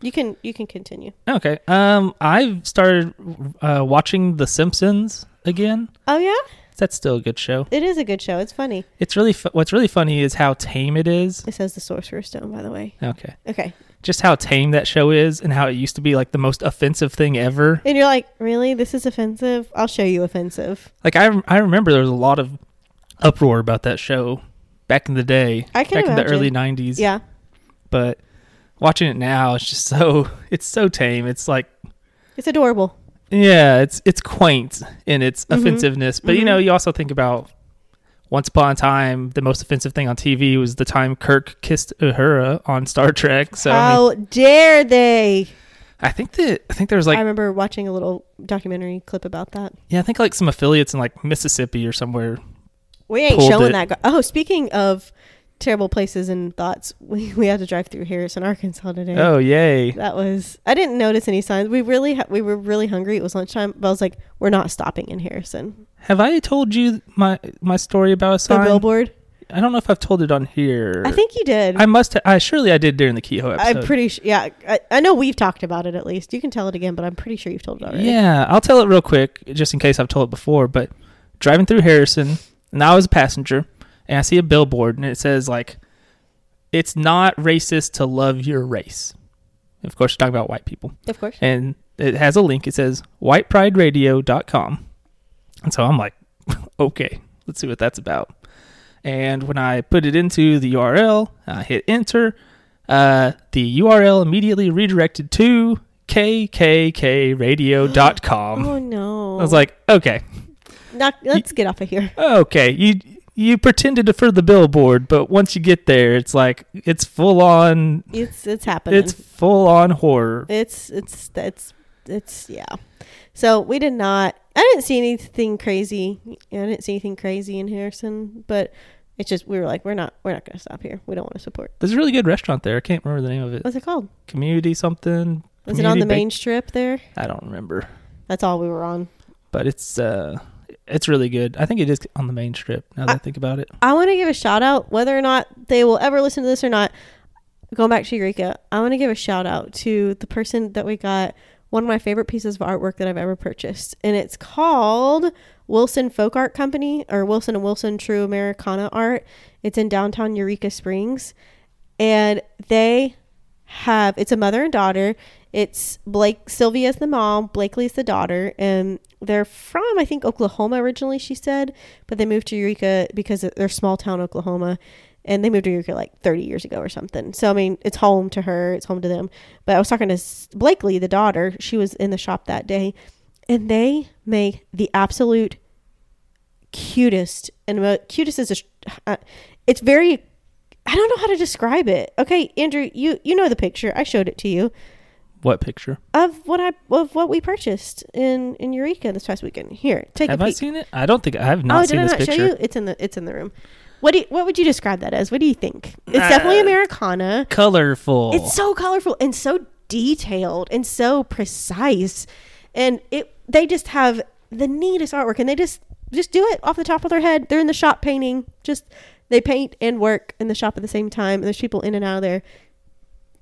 [SPEAKER 2] You can you can continue.
[SPEAKER 1] Okay. Um, I've started uh, watching The Simpsons again.
[SPEAKER 2] Oh yeah,
[SPEAKER 1] That's still a good show.
[SPEAKER 2] it is a good show. It's funny.
[SPEAKER 1] It's really fu- what's really funny is how tame it is.
[SPEAKER 2] It says the sorcerer's stone, by the way.
[SPEAKER 1] Okay,
[SPEAKER 2] Okay,
[SPEAKER 1] just how tame that show is, and how it used to be like the most offensive thing ever.
[SPEAKER 2] and you're like, really? This is offensive. I'll show you offensive.
[SPEAKER 1] Like I, rem- I remember there was a lot of uproar about that show back in the day.
[SPEAKER 2] I can
[SPEAKER 1] back in the
[SPEAKER 2] imagine.
[SPEAKER 1] early '90s.
[SPEAKER 2] Yeah,
[SPEAKER 1] But watching it now, it's just so it's so tame. It's like
[SPEAKER 2] it's adorable.
[SPEAKER 1] Yeah, it's it's quaint in its
[SPEAKER 2] Mm-hmm.
[SPEAKER 1] offensiveness, but you know, you also think about once upon a time, the most offensive thing on TV was the time Kirk kissed Uhura on Star Trek. So I, mean,
[SPEAKER 2] How dare they?
[SPEAKER 1] I think that I think there was like
[SPEAKER 2] I remember watching a little documentary clip about that.
[SPEAKER 1] yeah, I think like some affiliates in like Mississippi or somewhere.
[SPEAKER 2] We ain't
[SPEAKER 1] pulled
[SPEAKER 2] showing
[SPEAKER 1] it.
[SPEAKER 2] that. Go- oh, speaking of terrible places and thoughts, we, we had to drive through Harrison, Arkansas today.
[SPEAKER 1] Oh yay!
[SPEAKER 2] That was I didn't notice any signs. We really ha- we were really hungry. It was lunchtime, but I was like, we're not stopping in Harrison.
[SPEAKER 1] Have I told you my my story about a
[SPEAKER 2] The
[SPEAKER 1] sign?
[SPEAKER 2] billboard.
[SPEAKER 1] I don't know if I've told it on here.
[SPEAKER 2] I think you did.
[SPEAKER 1] I must. Ha- I surely I did during the Kehoe episode.
[SPEAKER 2] I'm pretty sure. Yeah, I, I know we've talked about it at least. You can tell it again, but I'm pretty sure you've told it already.
[SPEAKER 1] Yeah, I'll tell it real quick, just in case I've told it before. But driving through Harrison, and I was a passenger, and I see a billboard, and it says like it's not racist to love your race. Of course, you're talking about white people.
[SPEAKER 2] Of course.
[SPEAKER 1] And it has a link. It says whitepride.radio.com. And so I'm like, okay, let's see what that's about. And when I put it into the URL, I hit enter. Uh, the URL immediately redirected to kkkradio.com.
[SPEAKER 2] oh no.
[SPEAKER 1] um, I was like, okay,
[SPEAKER 2] Knock, let's get off of here.
[SPEAKER 1] okay, you you pretended to for the billboard, but once you get there, it's like it's full on,
[SPEAKER 2] It's it's happening.
[SPEAKER 1] it's full on horror.
[SPEAKER 2] It's it's it's it's yeah. So we did not. I didn't see anything crazy. I didn't see anything crazy in Harrison, but it's just we were like we're not we're not going to stop here. We don't want to support.
[SPEAKER 1] There's a really good restaurant there. I can't remember the name of it.
[SPEAKER 2] What's it called?
[SPEAKER 1] Community something.
[SPEAKER 2] Was it on the
[SPEAKER 1] Community
[SPEAKER 2] main strip there?
[SPEAKER 1] Bake- I don't remember,
[SPEAKER 2] That's all we were on.
[SPEAKER 1] but it's uh, it's really good. I think it is on the main strip. Now that I, think about it,
[SPEAKER 2] I want to give a shout out, whether or not they will ever listen to this or not. Going back to Eureka, I want to give a shout out to the person that we got one of my favorite pieces of artwork that I've ever purchased, and it's called Wilson Folk Art Company or Wilson and Wilson True Americana Art. It's in downtown Eureka Springs, and they have it's a mother and daughter. It's Blake Sylvia's the mom, Blakely's the daughter, and they're from I think Oklahoma originally. She said, but they moved to Eureka because they're small town Oklahoma, and they moved to Eureka like 30 years ago or something. So I mean, it's home to her, it's home to them. But I was talking to S- Blakely, the daughter. She was in the shop that day, and they make the absolute cutest and mo- cutest is a, sh- uh, it's very I don't know how to describe it. Okay, Andrew, you you know the picture. I showed it to you
[SPEAKER 1] what picture
[SPEAKER 2] of what I of what we purchased in in Eureka this past weekend. Here, take
[SPEAKER 1] have
[SPEAKER 2] a
[SPEAKER 1] I
[SPEAKER 2] peek.
[SPEAKER 1] seen it? I don't think I have not
[SPEAKER 2] oh,
[SPEAKER 1] seen
[SPEAKER 2] did I
[SPEAKER 1] this
[SPEAKER 2] not
[SPEAKER 1] picture.
[SPEAKER 2] show you? It's in the it's in the room. What do you, what would you describe that as? What do you think? It's definitely
[SPEAKER 1] Uh,
[SPEAKER 2] Americana.
[SPEAKER 1] Colorful.
[SPEAKER 2] It's so colorful and so detailed and so precise, and it they just have the neatest artwork, and they just just do it off the top of their head. They're in the shop painting, just they paint and work in the shop at the same time. And there's people in and out of there,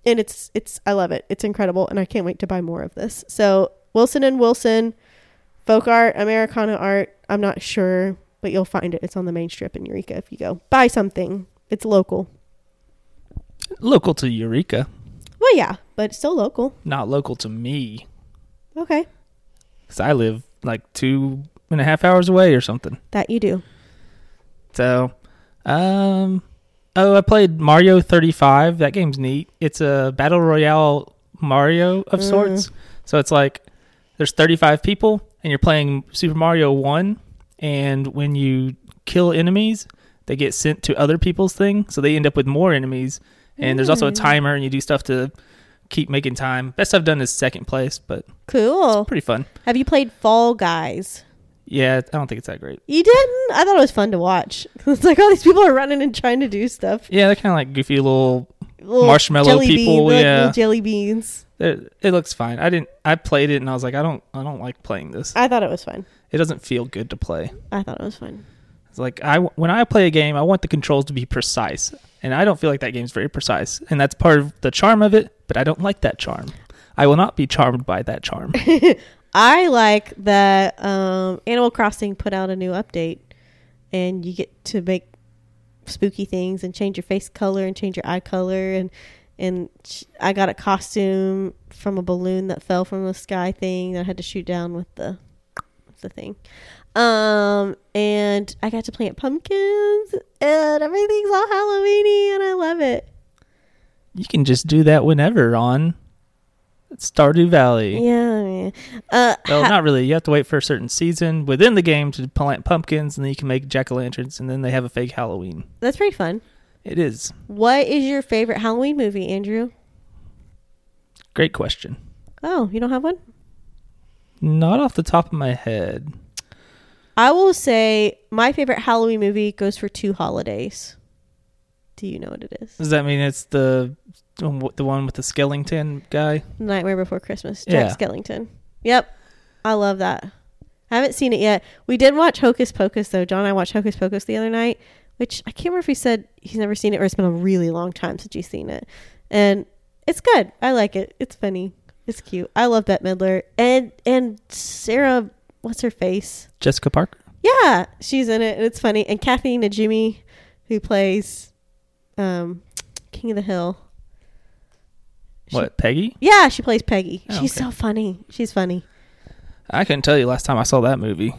[SPEAKER 2] and it's it's I love it. It's incredible, and I can't wait to buy more of this. So Wilson and Wilson, folk art, Americana art. I'm not sure, but you'll find it. It's on the main strip in Eureka if you go buy something. It's local.
[SPEAKER 1] local to Eureka,
[SPEAKER 2] Well, yeah, but it's still local.
[SPEAKER 1] not local to me,
[SPEAKER 2] Okay.
[SPEAKER 1] because I live like two and a half hours away or something.
[SPEAKER 2] That you do.
[SPEAKER 1] So, um, oh, I played Mario 35. That game's neat. It's a battle royale Mario of
[SPEAKER 2] Mm.
[SPEAKER 1] sorts. So it's like there's 35 people, and you're playing Super Mario One. And when you kill enemies, they get sent to other people's thing, so they end up with more enemies. And there's also a
[SPEAKER 2] Mm.
[SPEAKER 1] timer, and you do stuff to keep making time. Best I've done is second place, but
[SPEAKER 2] Cool.
[SPEAKER 1] pretty fun.
[SPEAKER 2] Have you played Fall Guys?
[SPEAKER 1] Yeah, I don't think it's that great.
[SPEAKER 2] You didn't? I thought it was fun to watch. it's like all these people are running and trying to do stuff.
[SPEAKER 1] Yeah, they're kind of like goofy little
[SPEAKER 2] Little
[SPEAKER 1] Marshmallow people,
[SPEAKER 2] they're like
[SPEAKER 1] yeah.
[SPEAKER 2] little jelly beans.
[SPEAKER 1] It, it looks fine. I didn't. I played it and I was like, I don't. I don't like playing this.
[SPEAKER 2] I thought it was fun.
[SPEAKER 1] It doesn't feel good to play.
[SPEAKER 2] I thought it was fun.
[SPEAKER 1] It's like I when I play a game, I want the controls to be precise, and I don't feel like that game's very precise, and that's part of the charm of it. But I don't like that charm. I will not be charmed by that charm.
[SPEAKER 2] I like that um, Animal Crossing put out a new update, and you get to make spooky things and change your face color and change your eye color and and sh- I got a costume from a balloon that fell from the sky thing that I had to shoot down with the with the thing. Um and I got to plant pumpkins and everything's all Halloweeny and I love it.
[SPEAKER 1] you can just do that whenever on Stardew Valley.
[SPEAKER 2] Yeah. man. Uh
[SPEAKER 1] Well, not really. You have to wait for a certain season within the game to plant pumpkins, and then you can make jack o' lanterns, and then they have a fake Halloween.
[SPEAKER 2] that's pretty fun.
[SPEAKER 1] It is
[SPEAKER 2] What is your favorite Halloween movie, Andrew?
[SPEAKER 1] great question.
[SPEAKER 2] Oh, you don't have one?
[SPEAKER 1] Not off the top of my head.
[SPEAKER 2] I will say my favorite Halloween movie goes for two holidays. Do you know what it is?
[SPEAKER 1] Does that mean it's the the one with the Skellington guy?
[SPEAKER 2] Nightmare Before Christmas. Jack
[SPEAKER 1] Yeah.
[SPEAKER 2] Skellington. Yep. I love that. I haven't seen it yet. We did watch Hocus Pocus though. John and I watched Hocus Pocus the other night, which I can't remember if he said he's never seen it or it's been a really long time since he's seen it. And it's good. I like it. It's funny. It's cute. I love Bette Midler. And and Sarah what's her face?
[SPEAKER 1] Jessica Parker.
[SPEAKER 2] Yeah, she's in it, and it's funny. And Kathy Najimy, who plays, um, King of the Hill. She-
[SPEAKER 1] What, Peggy?
[SPEAKER 2] Yeah, she plays Peggy.
[SPEAKER 1] Oh,
[SPEAKER 2] She's
[SPEAKER 1] okay.
[SPEAKER 2] so funny. She's funny.
[SPEAKER 1] I couldn't tell you last time I saw that movie.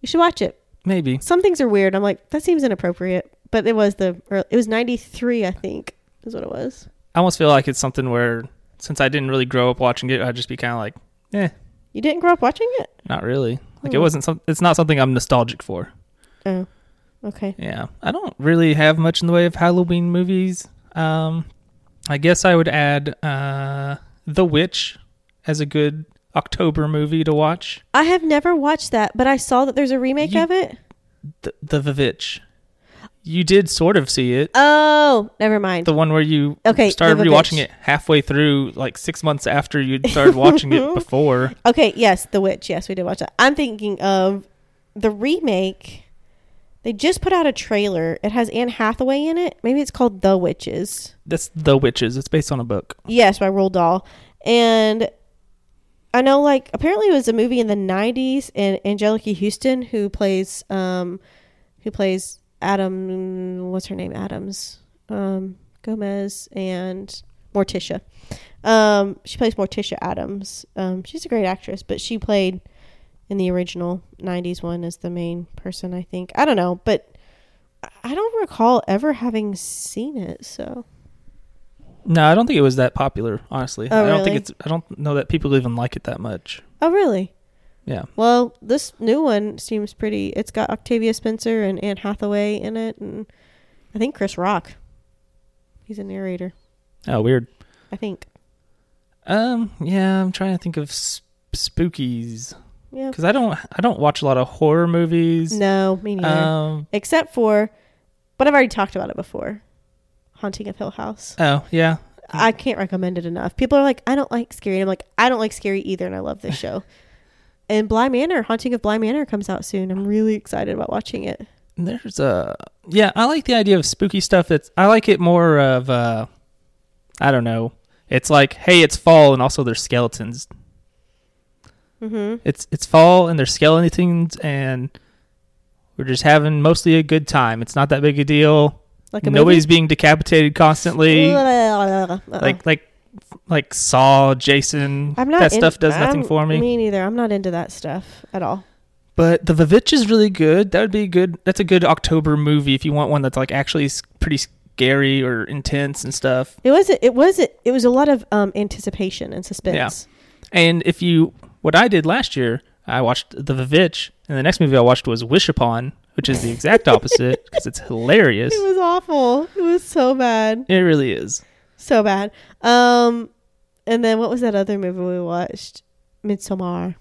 [SPEAKER 2] You should watch it.
[SPEAKER 1] Maybe.
[SPEAKER 2] Some things are weird. I'm like, that seems inappropriate. But it was the early, it was 93, I think, is what it was.
[SPEAKER 1] I almost feel like it's something where since I didn't really grow up watching it, I'd just be kind of like, eh,
[SPEAKER 2] You didn't grow up watching it?
[SPEAKER 1] not really. Like it
[SPEAKER 2] Hmm.
[SPEAKER 1] wasn't. Some, it's not something I'm nostalgic for.
[SPEAKER 2] Oh, okay.
[SPEAKER 1] Yeah, I don't really have much in the way of Halloween movies. Um, I guess I would add uh, The Witch as a good October movie to watch.
[SPEAKER 2] I have never watched that, but I saw that there's a remake
[SPEAKER 1] You-
[SPEAKER 2] of it.
[SPEAKER 1] The The Vivitch. You did sort of see it.
[SPEAKER 2] Oh, never mind.
[SPEAKER 1] The one where you
[SPEAKER 2] Okay,
[SPEAKER 1] started
[SPEAKER 2] The Vivitch.
[SPEAKER 1] rewatching it halfway through, like six months after you'd started watching it before.
[SPEAKER 2] Okay, yes, The Witch. Yes, we did watch that. I'm thinking of the remake. They just put out a trailer. It has Anne Hathaway in it. Maybe it's called The Witches.
[SPEAKER 1] That's The Witches. It's based on a book.
[SPEAKER 2] Yes, by Roald Dahl. And I know, like, apparently it was a movie in the '90s, and Angelica Houston, who plays, um, who plays Adam, what's her name, Adams, um, Gomez, and Morticia. Um, she plays Morticia Adams. Um, she's a great actress, but she played in the original '90s one as the main person. I think I don't know, but I- I don't recall ever having seen it. So
[SPEAKER 1] No, I don't think it was that popular, honestly.
[SPEAKER 2] Oh,
[SPEAKER 1] I don't
[SPEAKER 2] really?
[SPEAKER 1] think it's I don't know that people even like it that much.
[SPEAKER 2] oh, really?
[SPEAKER 1] Yeah.
[SPEAKER 2] Well, this new one seems pretty. It's got Octavia Spencer and Anne Hathaway in it, and I think Chris Rock. He's a narrator,
[SPEAKER 1] Oh, weird.
[SPEAKER 2] I think.
[SPEAKER 1] Um, yeah, I'm trying to think of sp- spookies
[SPEAKER 2] Yeah.
[SPEAKER 1] cuz I don't I don't watch a lot of horror movies.
[SPEAKER 2] No, me neither.
[SPEAKER 1] Um,
[SPEAKER 2] Except for, but I've already talked about it before. Haunting of Hill House.
[SPEAKER 1] oh, yeah.
[SPEAKER 2] I can't recommend it enough. People are like, I don't like scary, and I'm like, I don't like scary either, and I love this show. and Bly Manor, Haunting of Bly Manor comes out soon. I'm really excited about watching it.
[SPEAKER 1] There's a Yeah, I like the idea of spooky stuff that's I like it more of uh I don't know. It's like, hey, it's fall and also there's skeletons.
[SPEAKER 2] Mm-hmm.
[SPEAKER 1] It's it's fall and there's skeletons and we're just having mostly a good time. It's not that big a deal.
[SPEAKER 2] Like a
[SPEAKER 1] nobody's being decapitated constantly.
[SPEAKER 2] movie? Uh-uh.
[SPEAKER 1] Like like like Saw, Jason.
[SPEAKER 2] I'm not
[SPEAKER 1] that
[SPEAKER 2] in-
[SPEAKER 1] stuff does nothing
[SPEAKER 2] I'm-
[SPEAKER 1] for me.
[SPEAKER 2] Me neither. I'm not into that stuff at all.
[SPEAKER 1] But the Vavitch is really good. That would be good. That's a good October movie if you want one that's like actually s- pretty scary or intense and stuff.
[SPEAKER 2] It wasn't. It wasn't. It was a lot of um, anticipation and suspense.
[SPEAKER 1] And if you what I did last year, I watched the Vavitch, and the next movie I watched was Wish Upon, which is the exact opposite because it's hilarious.
[SPEAKER 2] It was awful. It was so bad.
[SPEAKER 1] It really is.
[SPEAKER 2] So bad. Um, and then what was that other movie we watched? Midsommar.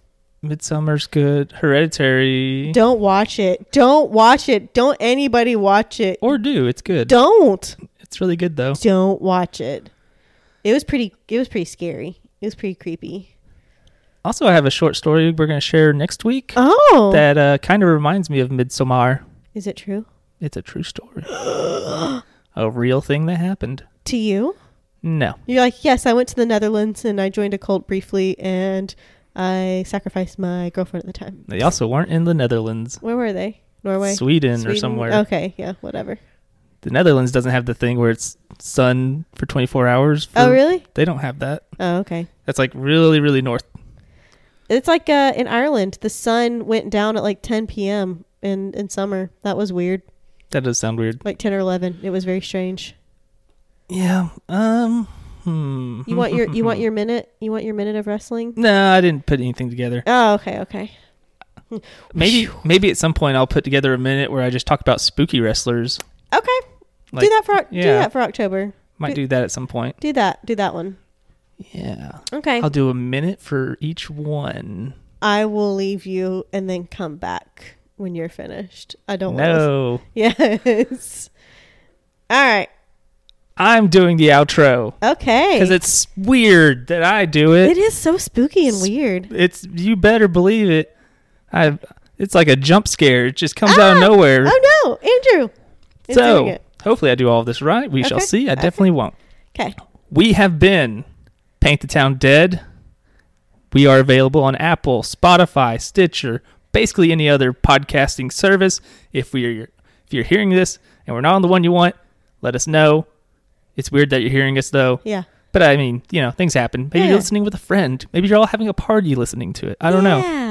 [SPEAKER 1] Midsummer's good. Hereditary.
[SPEAKER 2] Don't watch it. Don't watch it. Don't anybody watch it.
[SPEAKER 1] or do. It's good.
[SPEAKER 2] Don't.
[SPEAKER 1] It's really good though.
[SPEAKER 2] Don't watch it. It was pretty. It was pretty scary. It was pretty creepy.
[SPEAKER 1] Also, I have a short story we're going to share next week
[SPEAKER 2] Oh, is
[SPEAKER 1] that uh, kind of reminds me of Midsommar.
[SPEAKER 2] it true
[SPEAKER 1] It's a true story. a real thing that happened.
[SPEAKER 2] to you?
[SPEAKER 1] No.
[SPEAKER 2] You're like, yes, I went to the Netherlands and I joined a cult briefly and I sacrificed my girlfriend at the time.
[SPEAKER 1] They also weren't in the Netherlands.
[SPEAKER 2] Where were they? Norway?
[SPEAKER 1] Sweden, or
[SPEAKER 2] Sweden? Oh,
[SPEAKER 1] somewhere.
[SPEAKER 2] Okay, yeah, whatever.
[SPEAKER 1] The Netherlands doesn't have the thing where it's sun for 24 hours. for-
[SPEAKER 2] oh, really?
[SPEAKER 1] They don't have that.
[SPEAKER 2] Oh, okay.
[SPEAKER 1] That's like really, really north.
[SPEAKER 2] It's like uh, in Ireland, the sun went down at like 10 p.m. in in summer. That was weird.
[SPEAKER 1] That does sound weird.
[SPEAKER 2] Like 10 or 11. It was very strange.
[SPEAKER 1] Yeah. Um. Hmm.
[SPEAKER 2] You want your you want your minute? You want your minute of wrestling?
[SPEAKER 1] No, I didn't put anything together.
[SPEAKER 2] Oh, okay, okay.
[SPEAKER 1] Maybe maybe at some point I'll put together a minute where I just talk about spooky wrestlers.
[SPEAKER 2] Okay. do
[SPEAKER 1] Like,
[SPEAKER 2] that for Oc- do
[SPEAKER 1] yeah.
[SPEAKER 2] that for October.
[SPEAKER 1] Might do that at some point.
[SPEAKER 2] Do that. Do that one.
[SPEAKER 1] Yeah.
[SPEAKER 2] Okay.
[SPEAKER 1] I'll do a minute for each one.
[SPEAKER 2] I will leave you and then come back when you're finished. I don't want
[SPEAKER 1] No.
[SPEAKER 2] to. Yes. All right.
[SPEAKER 1] I'm doing the outro
[SPEAKER 2] Okay.
[SPEAKER 1] cuz it's weird that I do it.
[SPEAKER 2] it is so spooky and weird.
[SPEAKER 1] It's you better believe it. I it's like a jump scare. It just comes out of
[SPEAKER 2] Ah!
[SPEAKER 1] nowhere.
[SPEAKER 2] Oh no, Andrew. is doing
[SPEAKER 1] so,
[SPEAKER 2] it.
[SPEAKER 1] hopefully I do all of this right. We shall
[SPEAKER 2] Okay.
[SPEAKER 1] see. I
[SPEAKER 2] Okay.
[SPEAKER 1] definitely won't.
[SPEAKER 2] okay.
[SPEAKER 1] We have been Paint the Town Dead. We are available on Apple, Spotify, Stitcher, basically any other podcasting service. If we are if you're hearing this and we're not on the one you want, let us know. It's weird that you're hearing us though.
[SPEAKER 2] Yeah.
[SPEAKER 1] But I mean, you know, things happen. Maybe
[SPEAKER 2] Yeah.
[SPEAKER 1] you're listening with a friend. Maybe you're all having a party listening to it. I don't know.
[SPEAKER 2] Yeah.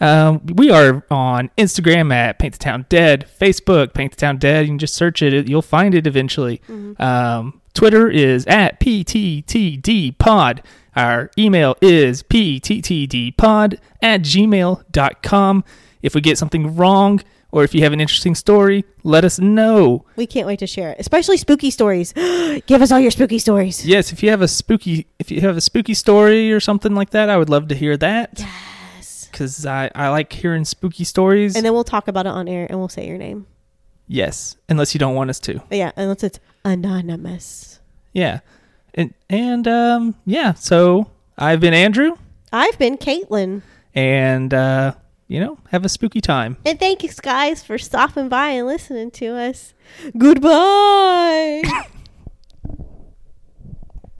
[SPEAKER 1] Um, we are on Instagram at Paint the Town Dead, Facebook Paint the Town Dead. You can just search it; it- you'll find it eventually.
[SPEAKER 2] Mm-hmm.
[SPEAKER 1] Um, Twitter is at PTTD Pod. Our email is PTTDpod at gmail.com. If we get something wrong or if you have an interesting story, let us know.
[SPEAKER 2] We can't wait to share it, especially spooky stories. Give us all your spooky stories.
[SPEAKER 1] Yes, if you have a spooky if you have a spooky story or something like that, I would love to hear that
[SPEAKER 2] Yes.
[SPEAKER 1] because I, I like hearing spooky stories.
[SPEAKER 2] And then we'll talk about it on air and we'll say your name.
[SPEAKER 1] yes, unless you don't want us to.
[SPEAKER 2] Yeah, unless it's anonymous.
[SPEAKER 1] Yeah. And and um yeah, so I've been Andrew
[SPEAKER 2] I've been Caitlin.
[SPEAKER 1] and uh you know, have a spooky time.
[SPEAKER 2] And thank you guys for stopping by and listening to us. Goodbye.